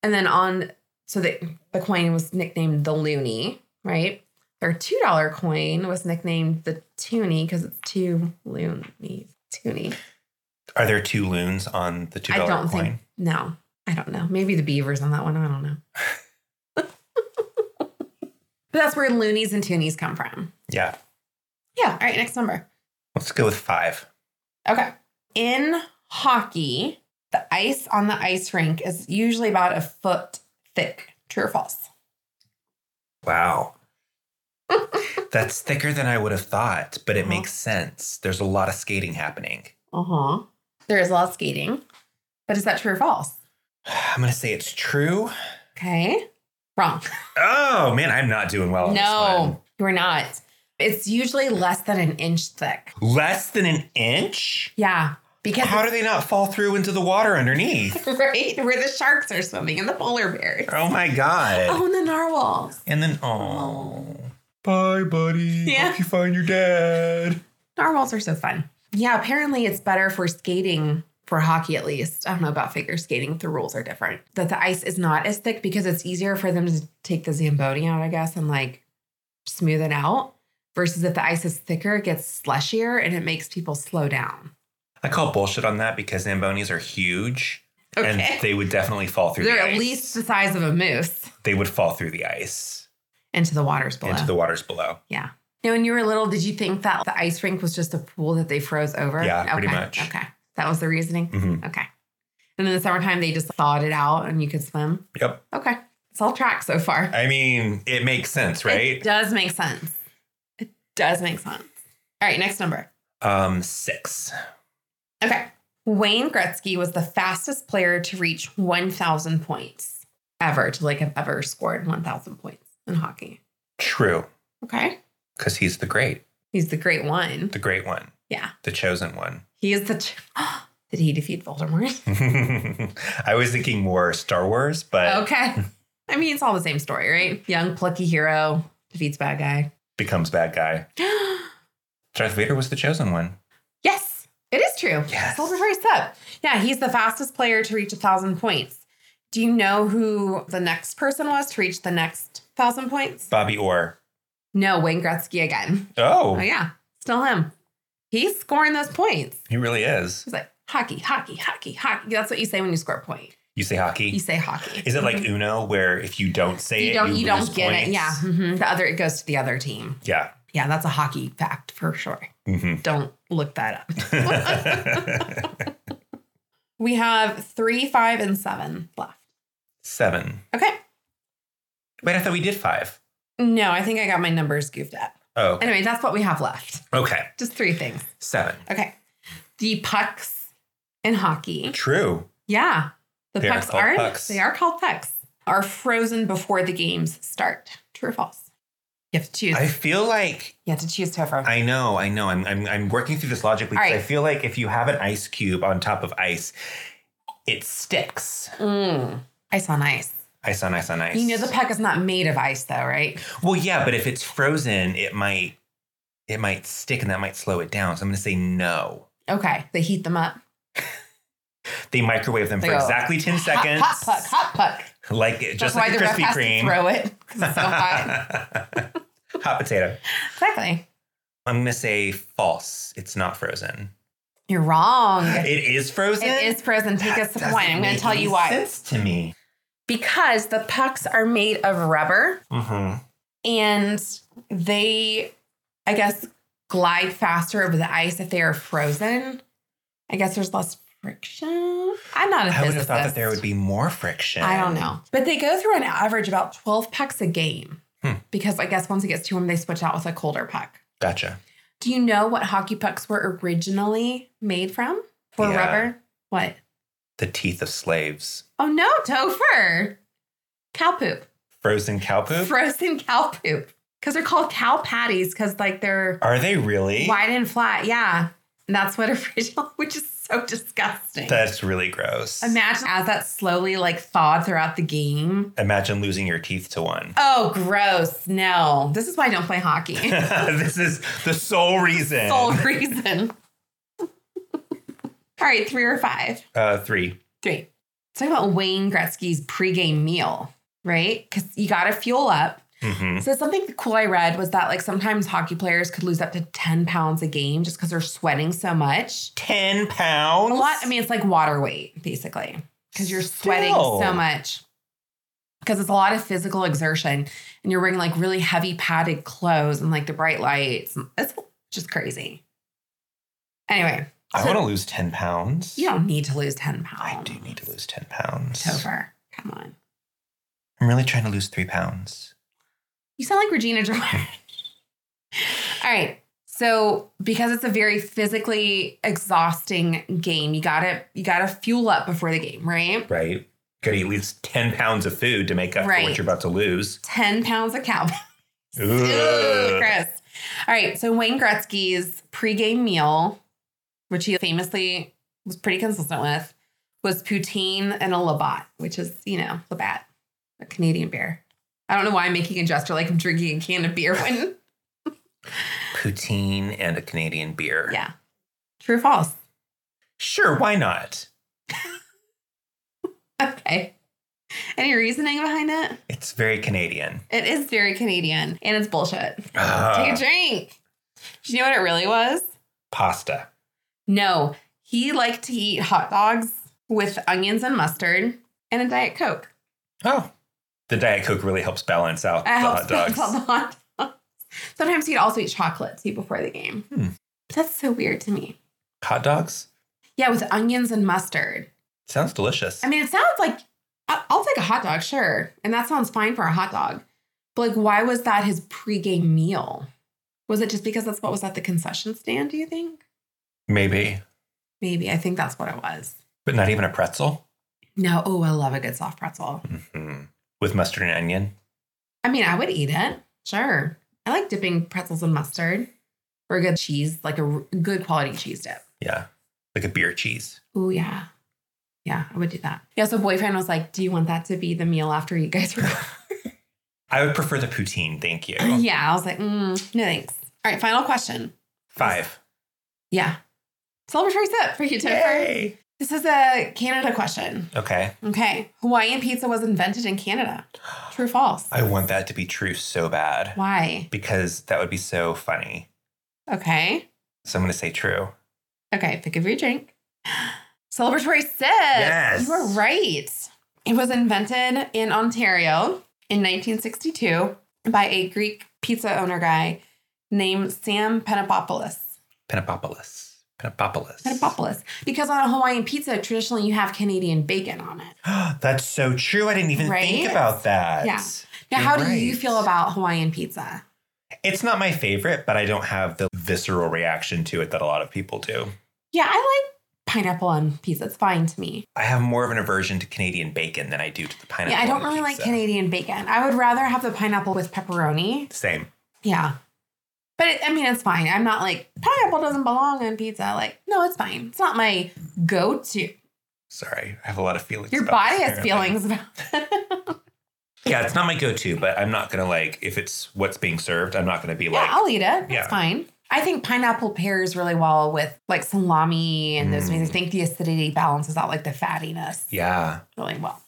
C: And then on so the the coin was nicknamed the loony, right? Their two dollar coin was nicknamed the toonie because it's two loonies. Toonie.
B: Are there two loons on the two
C: I
B: dollar
C: don't
B: coin?
C: think no. I don't know. Maybe the beavers on that one. I don't know. but that's where loonies and toonies come from.
B: Yeah.
C: Yeah. All right, next number.
B: Let's go with five.
C: Okay. In hockey, the ice on the ice rink is usually about a foot thick. True or false?
B: Wow. That's thicker than I would have thought, but it
C: Uh-huh.
B: makes sense. There's a lot of skating happening.
C: Uh huh. There is a lot of skating, but is that true or false?
B: I'm going to say it's true.
C: Okay. Wrong.
B: Oh, man, I'm not doing well on
C: no, you're not. It's usually less than an inch thick.
B: this one. Less than an inch?
C: Yeah. Because,
B: How do they not fall through into the water underneath?
C: right? Where the sharks are swimming and the polar bears.
B: Oh my god.
C: Oh, and the narwhals.
B: And then oh. Bye, buddy.
C: Yeah.
B: Hope you find your dad.
C: Narwhals are so fun. Yeah, apparently it's better for skating, for hockey at least. I don't know about figure skating, the rules are different. That the ice is not as thick because it's easier for them to take the Zamboni out, I guess, and like smooth it out. Versus if the ice is thicker, it gets slushier and it makes people slow down.
B: I call bullshit on that because Zambonis are huge.
C: Okay.
B: And they would definitely fall through
C: They're
B: the
C: at
B: ice.
C: least the size of a moose
B: they would fall through the ice
C: into the waters below.
B: into the waters below.
C: yeah. Now, when you were little, did you think that the ice rink was just a pool that they froze over?
B: Yeah, pretty
C: Okay,
B: much.
C: Okay. That was the reasoning?
B: hmm
C: Okay. And in the summertime, they just thawed it out and you could swim.
B: Yep.
C: Okay. It's all track so far.
B: I mean, it makes sense,
C: It
B: right?
C: does make sense. It does make sense. All right, next number.
B: Um, six.
C: Okay. Wayne Gretzky was the fastest player to reach 1,000 points ever, to like have ever scored 1,000 points in hockey.
B: True.
C: Okay.
B: Because he's the great,
C: He's the great one.
B: the great one,
C: Yeah.
B: the chosen one.
C: He is the. Ch- Did he defeat Voldemort?
B: I was thinking more Star Wars, but
C: Okay. I mean, it's all the same story, right? Young, plucky hero defeats bad guy.
B: becomes bad guy. Darth Vader was the chosen one.
C: Yes, it is true.
B: Yes.
C: Celebratory sub. Yeah, he's the fastest player to reach a thousand points. Do you know who the next person was to reach the next thousand points?
B: Bobby Orr.
C: No, Wayne Gretzky again.
B: Oh,
C: Oh yeah, still him. He's scoring those points.
B: he really is.
C: He's like hockey, hockey, hockey, hockey. That's what you say when you score a point.
B: You say hockey?
C: You say hockey.
B: is it like Uno, where if you don't say
C: you
B: it,
C: don't you,
B: lose
C: don't get it?
B: points?
C: Yeah, mhm. the other it goes to the other team.
B: Yeah.
C: Yeah, that's a hockey fact for sure.
B: Mhm.
C: Don't look that up.
B: Mm-hmm.
C: We have three, five, and seven left.
B: Seven.
C: Okay.
B: Wait, I thought we did five.
C: No, I think I got my numbers goofed up.
B: Oh, okay.
C: Anyway, that's what we have left.
B: okay.
C: Just three things.
B: Seven.
C: Okay. The pucks in hockey.
B: True.
C: Yeah. The
B: They are
C: pucks
B: called
C: are
B: pucks.
C: they are called pucks. Are frozen before the games start. True or false? You have to choose.
B: I feel like
C: you have to choose Topher.
B: I know, I know. I'm I'm, I'm working through this logically
C: All
B: 'cause
C: right.
B: I feel like if you have an ice cube on top of ice, it sticks.
C: Mm. Ice on ice.
B: Ice on ice on ice.
C: You know the puck is not made of ice though, right?
B: well, yeah, but if it's frozen, it might it might stick and that might slow it down. So I'm gonna say no.
C: Okay. They heat them up.
B: They microwave them
C: They
B: for
C: go,
B: exactly ten seconds,
C: Hot, hot puck, hot puck.
B: like just
C: That's why
B: like
C: the
B: a
C: ref
B: Krispy
C: has
B: Kreme.
C: to throw it. 'cause It's so hot.
B: hot potato.
C: exactly.
B: I'm gonna say false. It's not frozen.
C: You're wrong.
B: It is frozen.
C: It is frozen. Take
B: That
C: a sip of
B: doesn't
C: wine. I'm going
B: make
C: to tell
B: any
C: you why.
B: Sense to me.
C: Because the pucks are made of rubber
B: Mm-hmm.
C: and they, I guess, glide faster over the ice if they are frozen. I guess there's less friction. I'm not a
B: I would have
C: physicist.
B: thought that there would be more friction.
C: I don't know. But they go through an average about 12 pucks a game
B: Hmm.
C: because I guess once it gets too warm, they switch out with a colder puck.
B: Gotcha.
C: Do you know what hockey pucks were originally made from for
B: Yeah.
C: rubber? What?
B: The teeth of slaves.
C: Oh no, Topher. Cow poop.
B: Frozen cow poop.
C: Frozen cow poop. Because they're called cow patties because like they're
B: Are they really?
C: wide and flat. Yeah. And that's what original, which is so disgusting.
B: That's really gross.
C: Imagine as that slowly like thawed throughout the game.
B: Imagine losing your teeth to one.
C: Oh, gross. No. This is why I don't play hockey.
B: this is the sole reason.
C: Sole reason. All right, three or five.
B: Uh, three.
C: Three. Let's talk about Wayne Gretzky's pregame meal, right? Because you got to fuel up.
B: Mm-hmm.
C: So something cool I read was that like sometimes hockey players could lose up to 10 pounds a game just because they're sweating so much. A
B: Ten pounds.
C: lot, I mean, it's like water weight, basically, because you're sweating
B: Still.
C: so much. Because it's a lot of physical exertion and you're wearing like really heavy padded clothes and like the bright lights. It's just crazy. Anyway,
B: I want to lose ten pounds.
C: you don't need to lose 10 pounds.
B: I do need to lose ten pounds.
C: Topher, come on.
B: I'm really trying to lose three pounds.
C: You sound like Regina George. All right. So because it's a very physically exhausting game, you gotta you gotta fuel up before the game, right?
B: Right. Gotta eat at least ten pounds of food to make up for
C: Right.
B: what you're about to lose.
C: Ten pounds of cow. Ooh,
B: Ugh.
C: Chris. All right. So Wayne Gretzky's pregame meal, which he famously was pretty consistent with, was poutine and a labat, which is you know labat, a Canadian beer. I don't know why I'm making a gesture like I'm drinking a can of beer when
B: Poutine and a Canadian beer.
C: yeah. True or false?
B: Sure. Why not?
C: Okay. Any reasoning behind it?
B: It's very Canadian.
C: It is very Canadian and it's bullshit. Take
B: Ugh.
C: a drink. Do you know what it really was?
B: pasta.
C: No, he liked to eat hot dogs with onions and mustard and a Diet Coke.
B: Oh. The Diet Coke really helps balance out
C: It
B: the
C: helps
B: hot
C: balance
B: dogs.
C: out the hot dogs. Sometimes he'd also eat chocolate too before the game.
B: Hmm.
C: But that's so weird to me.
B: Hot dogs?
C: Yeah, with onions and mustard.
B: Sounds delicious.
C: I mean, it sounds like I- I'll take a hot dog, sure. And that sounds fine for a hot dog. But like, why was that his pregame meal? Was it just because that's what was at the concession stand, do you think?
B: Maybe.
C: Maybe. I think that's what it was.
B: But not even a pretzel?
C: No, oh, I love a good soft pretzel.
B: hmm With mustard and onion?
C: I mean, I would eat it, sure. I like dipping pretzels in mustard or a good cheese, like a r- good quality cheese dip.
B: Yeah. Like a beer cheese.
C: Oh, yeah. Yeah, I would do that. Yeah, so boyfriend was like, Do you want that to be the meal after you guys were
B: I would prefer the poutine, thank you.
C: Yeah, I was like, mm, No thanks. All right, final question.
B: Five.
C: Yeah. Celebratory sip for you, Topher.
B: Yay.
C: This is a Canada question.
B: Okay.
C: Okay. Hawaiian pizza was invented in Canada. True or false?
B: I want that to be true so bad
C: Why?
B: because that would be so funny.
C: Okay.
B: So I'm going to say true.
C: Okay. Pick up your drink. Celebratory sip.
B: Yes.
C: You were right. It was invented in Ontario in 1962 by a Greek pizza owner guy named Sam Penapopoulos.
B: Penopopolis. Penopopolis.
C: Penapopoulos. Because on a Hawaiian pizza, traditionally you have Canadian bacon on it.
B: That's so true. I didn't even
C: Right?
B: think about that.
C: Yeah. Now,
B: You're
C: how do you
B: right.
C: feel about Hawaiian pizza?
B: It's not my favorite, but I don't have the visceral reaction to it that a lot of people do.
C: Yeah, I like pineapple on pizza. It's fine to me.
B: I have more of an aversion to Canadian bacon than I do to the pineapple.
C: yeah, I don't
B: on the
C: really like
B: pizza.
C: Canadian bacon. I would rather have the pineapple with pepperoni.
B: Same.
C: Yeah. But it, I mean, it's fine. I'm not like, pineapple doesn't belong on pizza. Like, no, it's fine. It's not my go to.
B: Sorry, I have a lot of feelings.
C: Your
B: about
C: body
B: this,
C: has
B: apparently.
C: feelings about
B: Yeah, it's not my go-to, but I'm not gonna like if it's what's being served. I'm not gonna be
C: Yeah,
B: like,
C: I'll eat it. That's
B: Yeah.
C: fine. I think pineapple pairs really well with like salami and those
B: Mm.
C: things. I think the acidity balances out like the fattiness
B: yeah,
C: really well.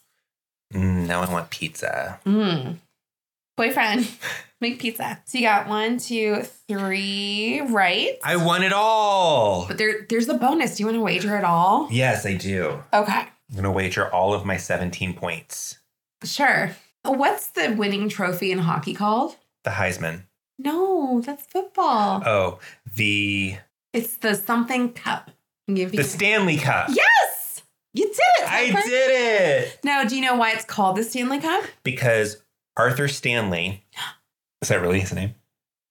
B: mm, now I want pizza.
C: Mm. Boyfriend, make pizza. So you got one, two, three right.
B: I won it all.
C: But there, there's a bonus. Do you want to wager at all?
B: Yes, I do.
C: Okay,
B: I'm going to wager all of my 17 points.
C: sure. What's the winning trophy in hockey called?
B: The Heisman.
C: No, that's football.
B: Oh, the
C: It's the something cup. I'll Give you
B: the Stanley Cup.
C: yes, you did it.
B: I
C: Pepper.
B: did it.
C: Now, do you know why it's called the Stanley Cup?
B: Because Arthur Stanley. Is that really his name?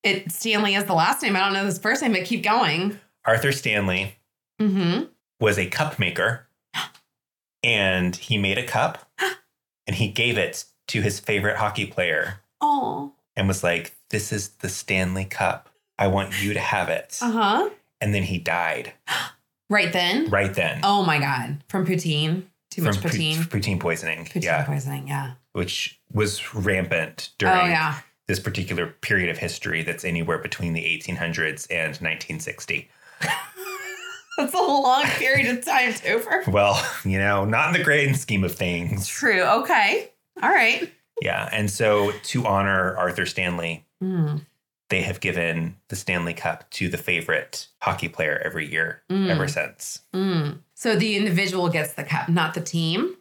C: It Stanley is the last name. I don't know this first name, but keep going.
B: Arthur Stanley
C: Mm-hmm.
B: was a cup maker and he made a cup and he gave it to his favorite hockey player
C: Oh.
B: and was like, This is the Stanley Cup. I want you to have it.
C: Uh huh.
B: And then he died
C: Right then.
B: right then.
C: Oh my God. From poutine. Too much
B: pu-
C: poutine.
B: poutine poisoning.
C: poutine
B: yeah.
C: poisoning. Yeah.
B: Which was rampant during
C: Oh yeah.
B: this particular period of history that's anywhere between the 1800s and 1960.
C: That's a long period of time to over.
B: Well, you know, not in the grand scheme of things.
C: True. Okay. All right.
B: Yeah. And so to honor Arthur Stanley,
C: Mm.
B: they have given the Stanley Cup to the favorite hockey player every year
C: Mm.
B: ever since.
C: Mm. So the individual gets the cup, not the team.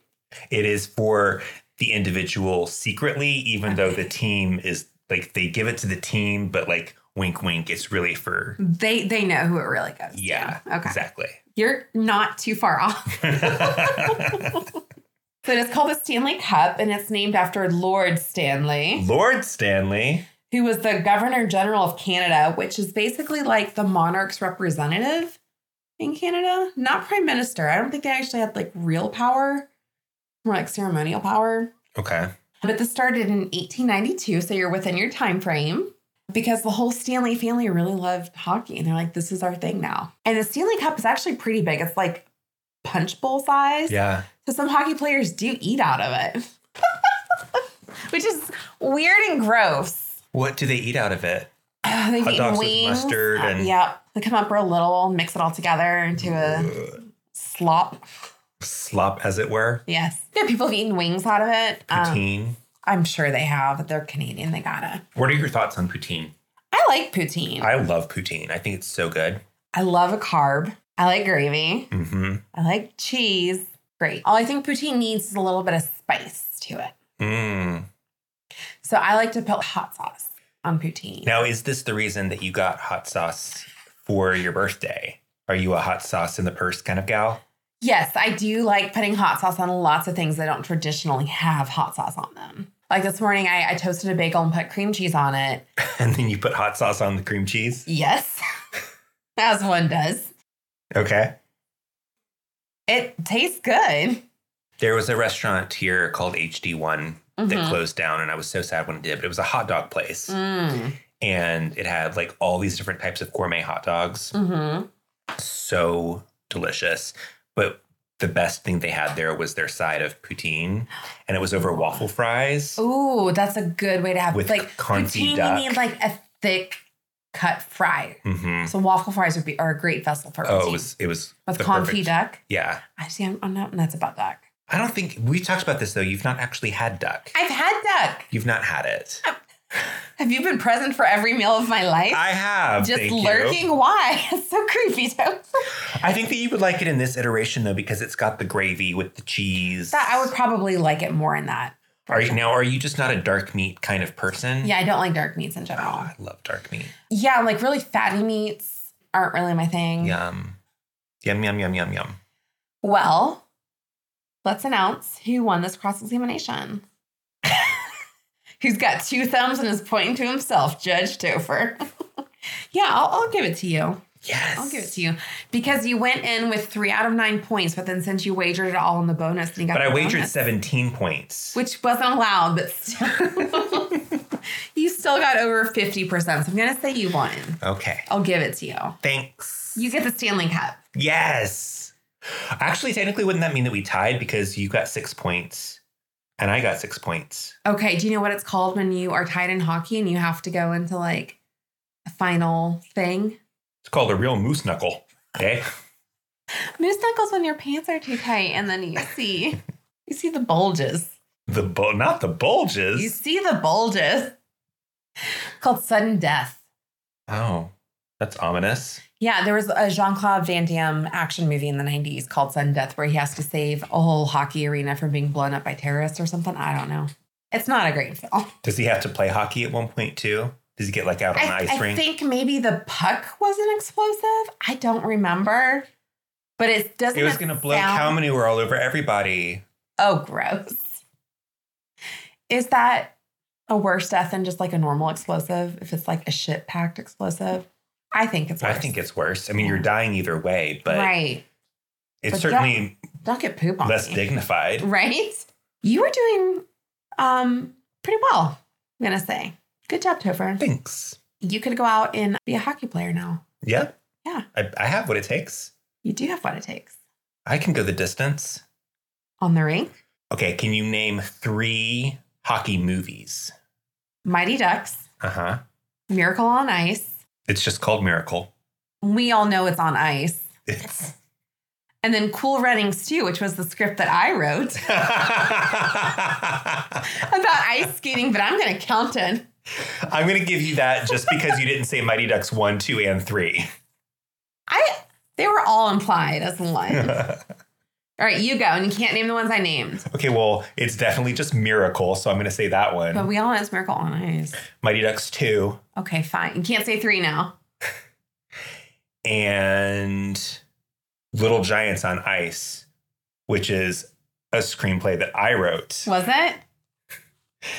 B: It is for the individual secretly, even though the team is like they give it to the team, but like wink, wink, it's really for.
C: They they know who it really goes. to.
B: Yeah,
C: Okay.
B: exactly.
C: You're not too far off. So it's called the Stanley Cup, and it's named after Lord Stanley.
B: Lord Stanley.
C: who was the governor general of Canada, which is basically like the monarch's representative in Canada, not prime minister. I don't think they actually had like real power, more like ceremonial power.
B: Okay.
C: But this started in 1892, so you're within your time frame because the whole Stanley family really loved hockey and they're like this is our thing now. And the Stanley Cup is actually pretty big. It's like punch bowl size.
B: Yeah.
C: So some hockey players do eat out of it. Which is weird and gross.
B: What do they eat out of it?
C: Uh, they've
B: Hot
C: eaten
B: dogs with
C: wings.
B: mustard
C: Uh,
B: and-
C: yep. They come up real little, mix it all together into a
B: Ugh.
C: slop.
B: Slop, as it were.
C: Yes. Yeah, people have eaten wings out of it. Um,
B: Poutine.
C: I'm sure they have. They're Canadian. They gotta.
B: what are your thoughts on poutine?
C: I like poutine. I,
B: I love poutine. I think it's so good.
C: love a carb. I like gravy.
B: Mm-hmm.
C: I like cheese. Great. All I think poutine needs is a little bit of spice to it.
B: Mm.
C: So I like to put hot sauce on poutine.
B: Now, is this the reason that you got hot sauce for your birthday? Are you a hot sauce in the purse kind of gal?
C: Yes, I do like putting hot sauce on lots of things that don't traditionally have hot sauce on them. Like this morning, I, I toasted a bagel and put cream cheese on it.
B: And then you put hot sauce on the cream cheese?
C: Yes, as one does.
B: Okay.
C: It tastes good.
B: There was a restaurant here called HD1 that
C: Mhm.
B: closed down, and I was so sad when it did, but it was a hot dog place.
C: Mm.
B: And it had like all these different types of gourmet hot dogs.
C: Mm-hmm.
B: So delicious. But the best thing they had there was their side of poutine, and it was over waffle
C: Oh.
B: fries.
C: Ooh, that's a good way to have
B: With
C: like
B: confit
C: poutine.
B: duck.
C: You need like a thick cut fry.
B: Mm-hmm.
C: So waffle fries would be are a great vessel for
B: Oh,
C: poutine.
B: it was, it was
C: with
B: the
C: confit
B: perfect-
C: duck.
B: Yeah.
C: I see. I'm, I'm not nuts about duck.
B: I don't think we talked about this though. You've not actually had duck.
C: I've had duck.
B: You've not had it.
C: Have you been present for every meal of my life?
B: I have.
C: Just
B: thank you.
C: lurking. Why? It's so creepy. Though.
B: I think that you would like it in this iteration though, because it's got the gravy with the cheese.
C: That I would probably like it more in that.
B: Are you, now? Are you just not a dark meat kind of person?
C: Yeah, I don't like dark meats in general.
B: Oh, I love dark meat.
C: Yeah, like really fatty meats aren't really my thing.
B: Yum. Yum yum yum yum yum.
C: Well, let's announce who won this cross examination. Who's got two thumbs and is pointing to himself, Judge Topher. yeah, I'll, I'll give it to you.
B: Yes.
C: I'll give it to you because you went in with three out of nine points, but then since you wagered it all in the bonus, and you got
B: But
C: the
B: I wagered
C: bonus,
B: seventeen points.
C: which wasn't allowed, but still, you still got over fifty percent. So I'm gonna say you won.
B: okay.
C: I'll give it to you.
B: Thanks.
C: You get the Stanley Cup.
B: Yes. Actually, technically, wouldn't that mean that we tied because you got six points and I got six points?
C: Okay, do you know what it's called when you are tied in hockey and you have to go into like a final thing?
B: It's called a real moose knuckle. Okay.
C: Moose knuckles when your pants are too tight and then you see you see the bulges.
B: The bul- not the bulges.
C: You see the bulges called sudden death.
B: oh, that's ominous.
C: Yeah, there was a Jean Claude Van Damme action movie in the 90s called Sudden Death where he has to save a whole hockey arena from being blown up by terrorists or something. I don't know. It's not a great film.
B: Does he have to play hockey at one point too? Does he get like out on
C: I,
B: an ice
C: I
B: rink?
C: think maybe the puck was an explosive. I don't remember. But it doesn't.
B: it was
C: it
B: going to blow
C: sound-
B: cow manure all over everybody.
C: Oh, gross. Is that a worse death than just like a normal explosive? If it's like a shit packed explosive, I think it's
B: I
C: worse.
B: think it's worse. I mean, you're dying either way, but
C: right.
B: it's
C: But
B: certainly
C: Don't get poop on
B: less
C: me.
B: dignified.
C: Right? You were doing um pretty well, I'm gonna say. Good job, Topher.
B: Thanks.
C: You could go out and be a hockey player now.
B: Yep.
C: Yeah.
B: I, I have what it takes.
C: You do have what it takes.
B: I can go the distance.
C: On the rink,
B: Okay. Can you name three hockey movies?
C: Mighty Ducks,
B: Uh huh.
C: Miracle on Ice.
B: It's just called Miracle.
C: We all know it's on ice.
B: It's.
C: And then Cool Runnings too, which was the script that I wrote about ice skating, but I'm gonna count it.
B: I'm going to give you that just because you didn't say Mighty Ducks 1, 2, and 3.
C: I they were all implied as one. all right, you go, and you can't name the ones I named.
B: Okay, well, it's definitely just Miracle, so I'm going to say that one.
C: But we all know it's Miracle on Ice.
B: Mighty Ducks 2
C: Okay, fine. You can't say three now.
B: and Little Giants on Ice, which is a screenplay that I wrote.
C: Was it?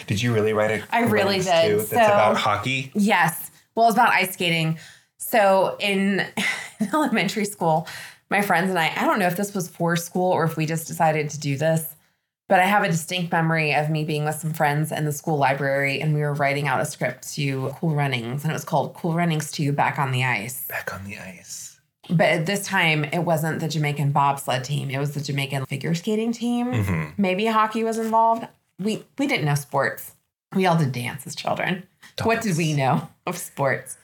B: Did you really write it?
C: I really did,
B: That's
C: so-
B: about hockey.
C: Yes. Well, it's about ice skating. So in elementary school, my friends and I, I don't know if this was for school or if we just decided to do this, but I have a distinct memory of me being with some friends in the school library and we were writing out a script to Cool Runnings and it was called Cool Runnings 2 Back on the Ice.
B: Back on the ice.
C: But at this time, it wasn't the Jamaican bobsled team, it was the Jamaican figure skating team.
B: hmm
C: Maybe hockey was involved. We we didn't know sports. We all did dance as children. What did we know of sports?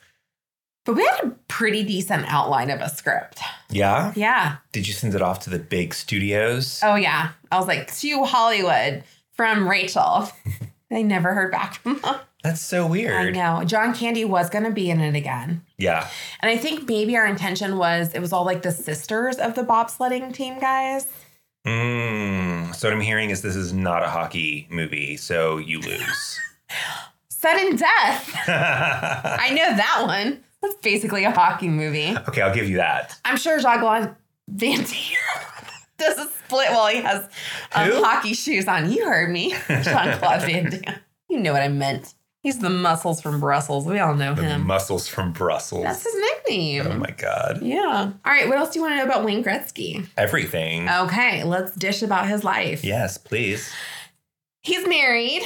C: But we had a pretty decent outline of a script.
B: Yeah.
C: Yeah.
B: Did you send it off to the big studios?
C: Oh yeah. I was like to Hollywood from Rachel. they never heard back from them.
B: That's so
C: I
B: weird.
C: know. John Candy was gonna be in it again.
B: Yeah.
C: And I think maybe our intention was it was all like the sisters of the bobsledding team guys.
B: Mm. So what I'm hearing is this is not a hockey movie, so you lose.
C: Sudden death.
B: okay,
C: I know that one. That's basically a hockey movie.
B: I'll give you that.
C: I'm sure Jacques Van Damme does a split while he has um,
B: Who?
C: hockey shoes on. You heard me, Jean Claude Van Damme. You know what I meant. He's the muscles from Brussels. We all know
B: The
C: him.
B: muscles from Brussels.
C: That's his
B: oh
C: nickname.
B: my god.
C: yeah. All right. What else do you want to know about Wayne Gretzky?
B: Everything.
C: Oh. Okay, let's dish about his life.
B: Yes, please.
C: He's married.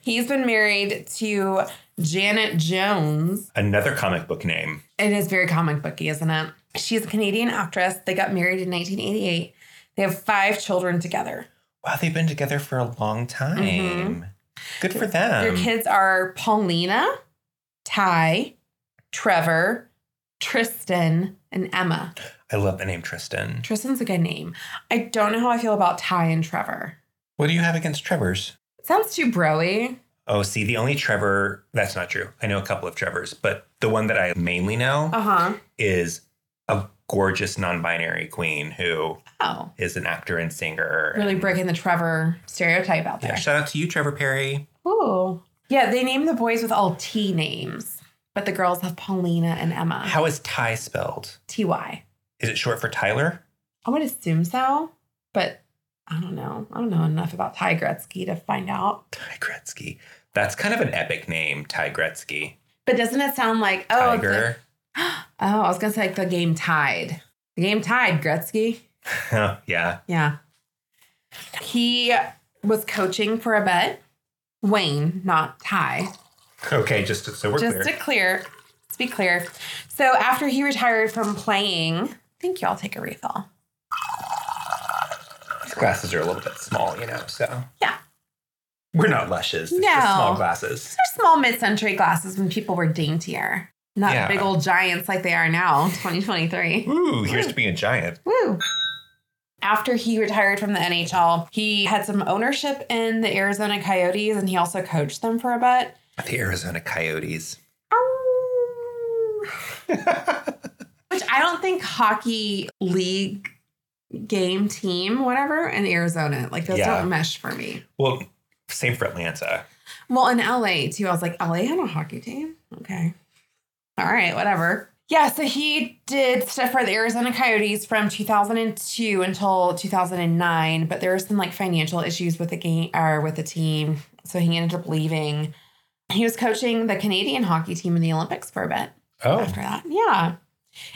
C: He's been married to Janet Jones
B: Another comic book name.
C: It is very comic booky, isn't it? She's a Canadian actress. They got married in 1988. They have five children together.
B: Wow, they've been together for a
C: Mm-hmm.
B: long time. Good for them.
C: Their kids are Paulina, Ty, Trevor, Tristan, and Emma.
B: I love the name Tristan.
C: Tristan's a good name. I don't know how I feel about Ty and Trevor.
B: What do you have against Trevor's?
C: It sounds too broy.
B: Oh, see, the only Trevor, that's not true. I know a couple of Trevors, but the one that I mainly know
C: Uh huh.
B: is a gorgeous non binary queen who
C: Oh,
B: is an actor and singer.
C: really
B: and-
C: breaking the Trevor stereotype out
B: Yeah,
C: there.
B: shout out to you, Trevor Perry.
C: Ooh. Yeah, they name the boys with all T names, but the girls have Paulina and Emma.
B: How is Ty spelled?
C: T Y.
B: Is it short for Tyler?
C: I would assume so, but I don't know. I don't know enough about Ty Gretzky to find out.
B: Ty Gretzky. That's kind of an epic name, Ty Gretzky.
C: But doesn't it sound like oh it's like-
B: Tiger.
C: oh, I was gonna say like the game tied. The game tied, Gretzky.
B: yeah.
C: Yeah. He was coaching for a bet. Wayne, not Ty.
B: Okay, just to- so we're
C: Just
B: clear.
C: to clear, let's be clear. So after he retired from playing, thank you, I'll take a refill.
B: These glasses are a little bit small, you know, so.
C: Yeah.
B: We're not lushes. It's
C: No.
B: just small glasses.
C: They're small mid-century glasses when people were daintier. Not
B: Yeah.
C: big old giants like they are now, 2023.
B: Ooh, here's to being a giant.
C: Woo. After he retired from the NHL, he had some ownership in the Arizona Coyotes and he also coached them for a bit.
B: The Arizona Coyotes.
C: Which I don't think hockey league game team, whatever, in Arizona, like those
B: Yeah.
C: don't mesh for me.
B: Well, same for Atlanta.
C: Well, in LA too, I was like, LA had a hockey team? Okay. All right, whatever. Yeah, so he did stuff for the Arizona Coyotes from 2002 until 2009, but there were some like financial issues with the game or with the team, so he ended up leaving. He was coaching the Canadian hockey team in the Olympics for a bit
B: Oh.
C: after that. Yeah.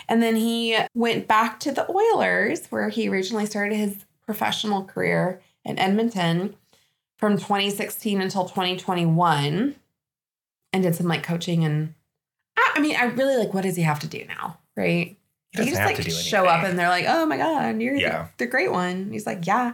C: And then he went back to the Oilers, where he originally started his professional career in Edmonton from 2016 until 2021 and did some like coaching. And I, I mean, I really like what does he have to do now? Right.
B: He doesn't
C: just
B: have
C: like
B: to do
C: show up
B: anything.
C: and they're like, oh my God, you're
B: Yeah.
C: the, the great one. And he's like, yeah,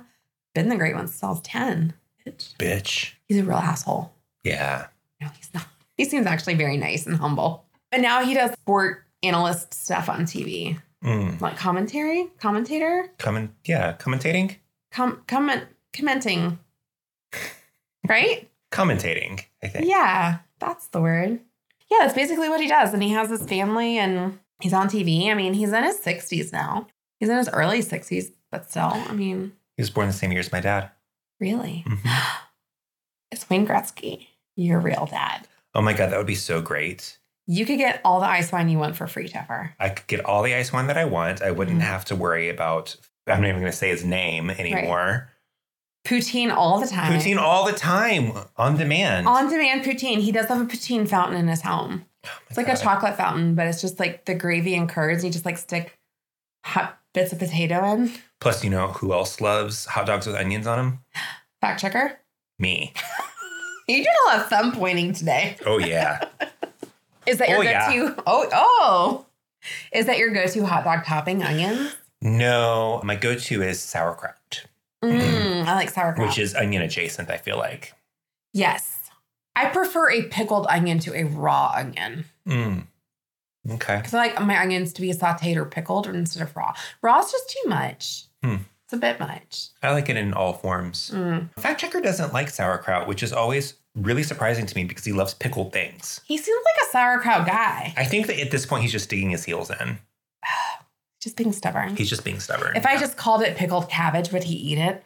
C: been the great one since I was 10. Bitch.
B: bitch.
C: He's a real asshole.
B: Yeah.
C: No, he's not. He seems actually very nice and humble. And now he does sport analyst stuff on TV,
B: Mm.
C: like commentary, commentator,
B: Comment. Yeah. Commentating.
C: com- comment, commenting. Right?
B: Commentating. I think.
C: Yeah, that's the word. Yeah, that's basically what he does. And he has his family and he's on TV. I mean, he's in his 60s now. He's in his early 60s, but still, I mean,
B: He was born the same year as my dad.
C: really.
B: Mhm.
C: It's Wayne Gretzky, your real dad.
B: Oh my god, that would be so great.
C: You could get all the ice wine you want for free, Teffer.
B: I could get all the ice wine that I want. I wouldn't
C: Mhm.
B: have to worry about. I'm not even going to say his name anymore.
C: Poutine all the time.
B: Poutine all the time on demand.
C: On demand poutine. He does have a poutine fountain in his home. It's like a
B: God.
C: chocolate fountain, but it's just like the gravy and curds. And you just like stick hot bits of potato in.
B: Plus, you know who else loves hot dogs with onions on them?
C: Fact checker.
B: Me.
C: You did a lot of thumb pointing today.
B: Oh yeah.
C: Is that your
B: Oh,
C: go
B: yeah.
C: to? Oh, oh. Is that your go to hot dog topping? Onions?
B: no, my go-to is sauerkraut,
C: Mm, I like sauerkraut.
B: which is onion adjacent. I feel like.
C: yes. I prefer a pickled onion to a raw onion.
B: Mm. Okay.
C: Because I like my onions to be sauteed or pickled instead of raw. Raw is just too much.
B: Hmm.
C: It's a bit much.
B: I like it in all forms.
C: Mm.
B: Fact checker doesn't like sauerkraut, which is always really surprising to me because he loves pickled things.
C: He seems like a sauerkraut guy.
B: I think that at this point he's just digging his heels in.
C: Just being stubborn.
B: He's just being stubborn.
C: if I just called it pickled cabbage, would he eat it?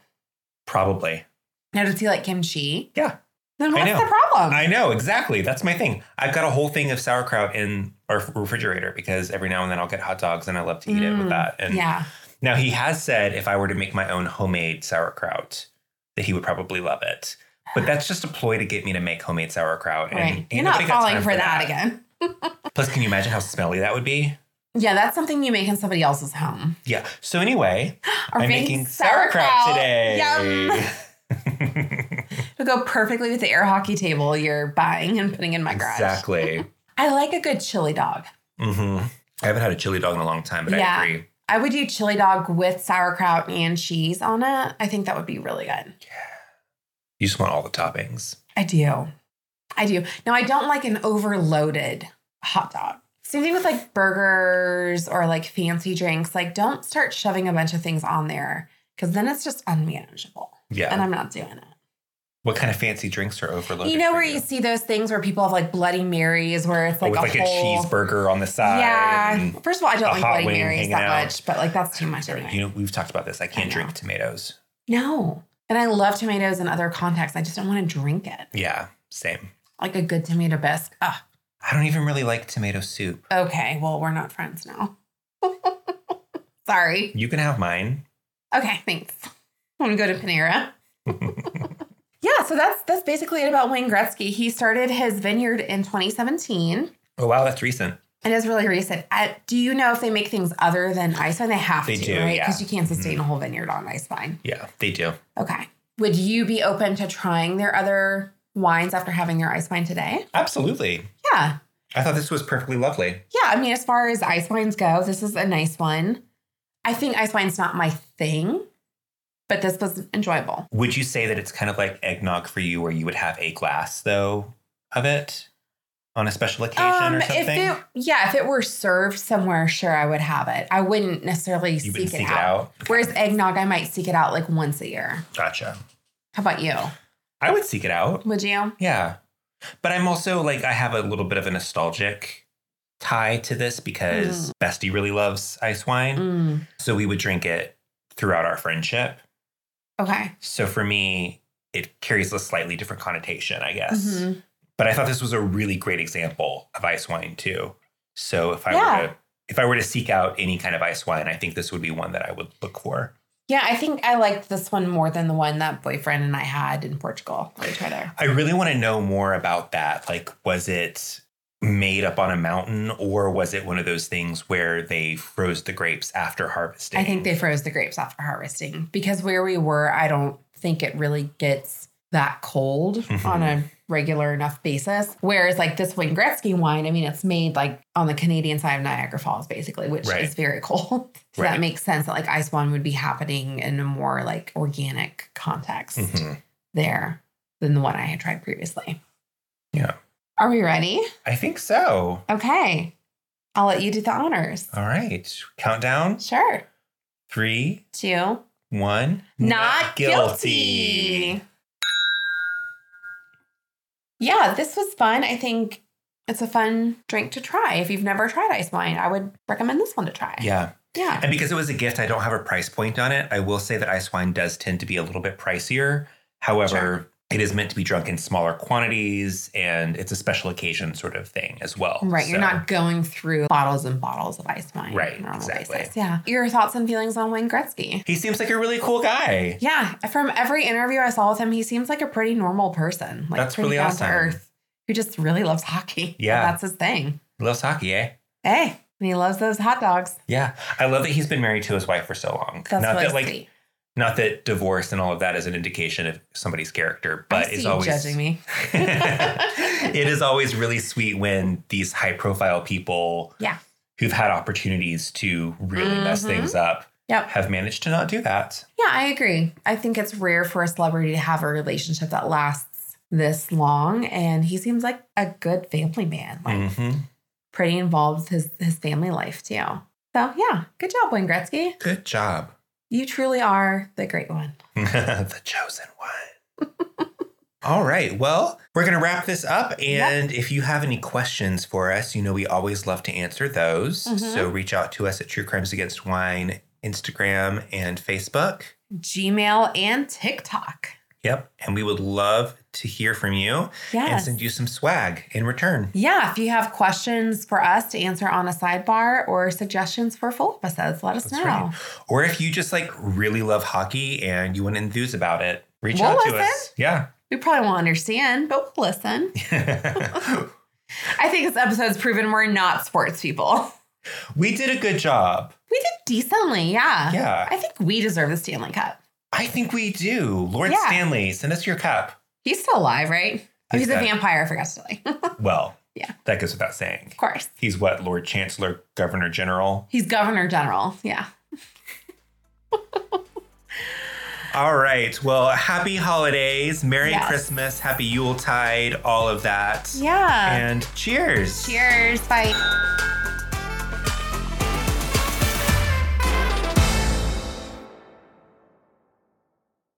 B: probably.
C: Now does he like kimchi?
B: Yeah.
C: Then
B: I
C: what's
B: know.
C: the problem?
B: I know, exactly. That's my thing. I've got a whole thing of sauerkraut in our refrigerator because every now and then I'll get hot dogs and I love to eat it
C: Mm,
B: with that. And
C: yeah.
B: now he has said if I were to make my own homemade sauerkraut, that he would probably love it. But that's just a ploy to get me to make homemade sauerkraut.
C: Right.
B: ain't
C: You're not
B: nobody got
C: falling
B: time
C: for, that, again.
B: Plus, can you imagine how smelly that would be?
C: Yeah, that's something you make in somebody else's home.
B: Yeah. So anyway,
C: Or
B: I'm
C: making
B: making sauerkraut,
C: sauerkraut.
B: today.
C: Yum. It'll go perfectly with the air hockey table you're buying and putting in my garage.
B: exactly.
C: I like a good chili dog.
B: hmm I haven't had a chili dog in a long time, but
C: Yeah.
B: I agree.
C: I would do chili dog with sauerkraut and cheese on it. I think that would be really good.
B: You just want all the toppings.
C: I do. I do. Now, I don't like an overloaded hot dog. Same thing with like burgers or like fancy drinks. Like, don't start shoving a bunch of things on there because then it's just unmanageable.
B: Yeah.
C: And I'm not doing it.
B: what kind of fancy drinks are overloaded?
C: you know
B: for
C: where you see those things where people have like Bloody Marys where it's
B: Oh,
C: like,
B: with
C: a,
B: like
C: whole,
B: a cheeseburger on the side.
C: Yeah.
B: and-
C: First of all, I
B: a
C: don't like
B: hot
C: Bloody
B: wing
C: Marys
B: hanging
C: that
B: out.
C: much, but like that's too much
B: Sorry,
C: anyway.
B: You know, we've talked about this. I can't
C: know.
B: drink tomatoes.
C: no. And I love tomatoes in other contexts. I just don't want to drink it.
B: Yeah. Same.
C: Like a good tomato bisque. Ugh.
B: I don't even really like tomato soup.
C: Okay, well, we're not friends now. Sorry.
B: You can have mine.
C: Okay, thanks. I'm gonna go to Panera. yeah, so that's that's basically it about Wayne Gretzky. He started his vineyard in 2017.
B: Oh, wow. That's recent.
C: It is really recent. I, do you know if they make things other than ice wine? They have
B: They
C: to,
B: do,
C: right?
B: yeah. Mm-hmm.
C: Because you can't sustain a whole vineyard on ice wine.
B: Yeah, they do.
C: Okay. Would you be open to trying their other wines after having your ice wine today?
B: Absolutely.
C: Yeah.
B: I thought this was perfectly lovely.
C: Yeah, I mean, as far as ice wines go, this is a nice one. I think ice wine's not my thing, but this was enjoyable.
B: Would you say that it's kind of like eggnog for you, where you would have a glass though of it? on a special occasion
C: Um,
B: or
C: if
B: something?
C: it yeah, if it were served somewhere, sure, I would have it. I wouldn't necessarily
B: you
C: seek,
B: wouldn't
C: it, out. Whereas eggnog, I might seek it out like once a year.
B: Gotcha.
C: How about you?
B: I would seek it out.
C: Would you?
B: Yeah. But I'm also like, I have a little bit of a nostalgic tie to this because Bestie really loves ice wine.
C: Mm,
B: So we would drink it throughout our friendship.
C: okay.
B: So for me, it carries a slightly different connotation, I guess.
C: Mhm.
B: But I thought this was a really great example of ice wine too. So if I
C: Yeah.
B: were to if I were to seek out any kind of ice wine, I think this would be one that I would look for.
C: Yeah, I think I liked this one more than the one that boyfriend and I had in Portugal. Let me try there.
B: I really want to know more about that. Like, was it made up on a mountain or was it one of those things where they froze the grapes after harvesting?
C: I think they froze the grapes after harvesting because where we were, I don't think it really gets that cold
B: Mhm.
C: on a regular enough basis. Whereas like this Wayne Gretzky wine, I mean, it's made like on the Canadian side of Niagara Falls, basically, which
B: Right.
C: is very cold. so
B: Right.
C: that makes sense that like ice wine would be happening in a more like organic context
B: Mhm.
C: there than the one I had tried previously.
B: Yeah.
C: Are we ready?
B: I think so.
C: Okay. I'll let you do the honors.
B: All right. Countdown.
C: Sure.
B: Three,
C: Two.
B: one.
C: not guilty. Yeah, this was fun. I think it's a fun drink to try. If you've never tried ice wine, I would recommend this one to try.
B: Yeah.
C: Yeah.
B: And because it was a gift, I don't have a price point on it. I will say that ice wine does tend to be a little bit pricier. However,
C: Sure.
B: it is meant to be drunk in smaller quantities and it's a special occasion sort of thing as well.
C: Right. You're
B: So-
C: not going through bottles and bottles of ice wine. on a
B: Right,
C: normal
B: exactly.
C: basis. Yeah. Your thoughts and feelings on Wayne Gretzky.
B: He seems like a really cool guy.
C: Yeah. From every interview I saw with him, he seems like a pretty normal person. Like
B: That's
C: pretty
B: really
C: down
B: awesome.
C: to earth. Who just really loves hockey.
B: Yeah.
C: That's his thing.
B: Loves hockey, eh?
C: Hey. And he loves those hot dogs.
B: Yeah. I love that he's been married to his wife for so long.
C: That's
B: not
C: really
B: that like
C: sweet.
B: not that divorce and all of that is an indication of somebody's
C: I
B: character, but
C: see
B: it's
C: you
B: always
C: judging me.
B: it is always really sweet when these high profile people
C: Yeah.
B: who've had opportunities to really mess
C: Mhm.
B: things up
C: Yep.
B: have managed to not do that.
C: Yeah, I agree. I think it's rare for a celebrity to have a relationship that lasts this long. And he seems like a good family man, like
B: hmm
C: pretty involved with his, his family life too. So, yeah, good job, Wayne Gretzky.
B: Good job.
C: You truly are the great one.
B: the chosen one. All right. Well, we're going to wrap this up. And if you have any questions for us, you know we always love to answer those.
C: Mhm.
B: So reach out to us at True Crimes Against Wine, Instagram, and Facebook.
C: Gmail and TikTok.
B: Yep. And we would love to hear from you and
C: Yes.
B: send you some swag in return.
C: Yeah, if you have questions for us to answer on a sidebar or suggestions for full episodes, let us know.
B: That's right. Or if you just like really love hockey and you want to enthuse about it, reach
C: We'll
B: out to
C: listen.
B: us. Yeah.
C: We probably won't understand, but we'll listen. I think this episode's proven we're not sports people.
B: we did a good job.
C: We did decently, yeah.
B: Yeah.
C: I think we deserve the Stanley Cup.
B: I think we do. Lord
C: Yeah.
B: Stanley, send us your cup.
C: He's still alive, right? Oh, he's a
B: dead.
C: vampire, I forgot to say. of
B: Well,
C: Yeah.
B: That goes without saying.
C: course.
B: He's what? Lord Chancellor, Governor General.
C: He's governor general. Yeah.
B: All right. Well, happy holidays, Merry
C: Yes.
B: Christmas, Happy Yuletide, all of that.
C: Yeah.
B: And cheers.
C: Cheers. Bye.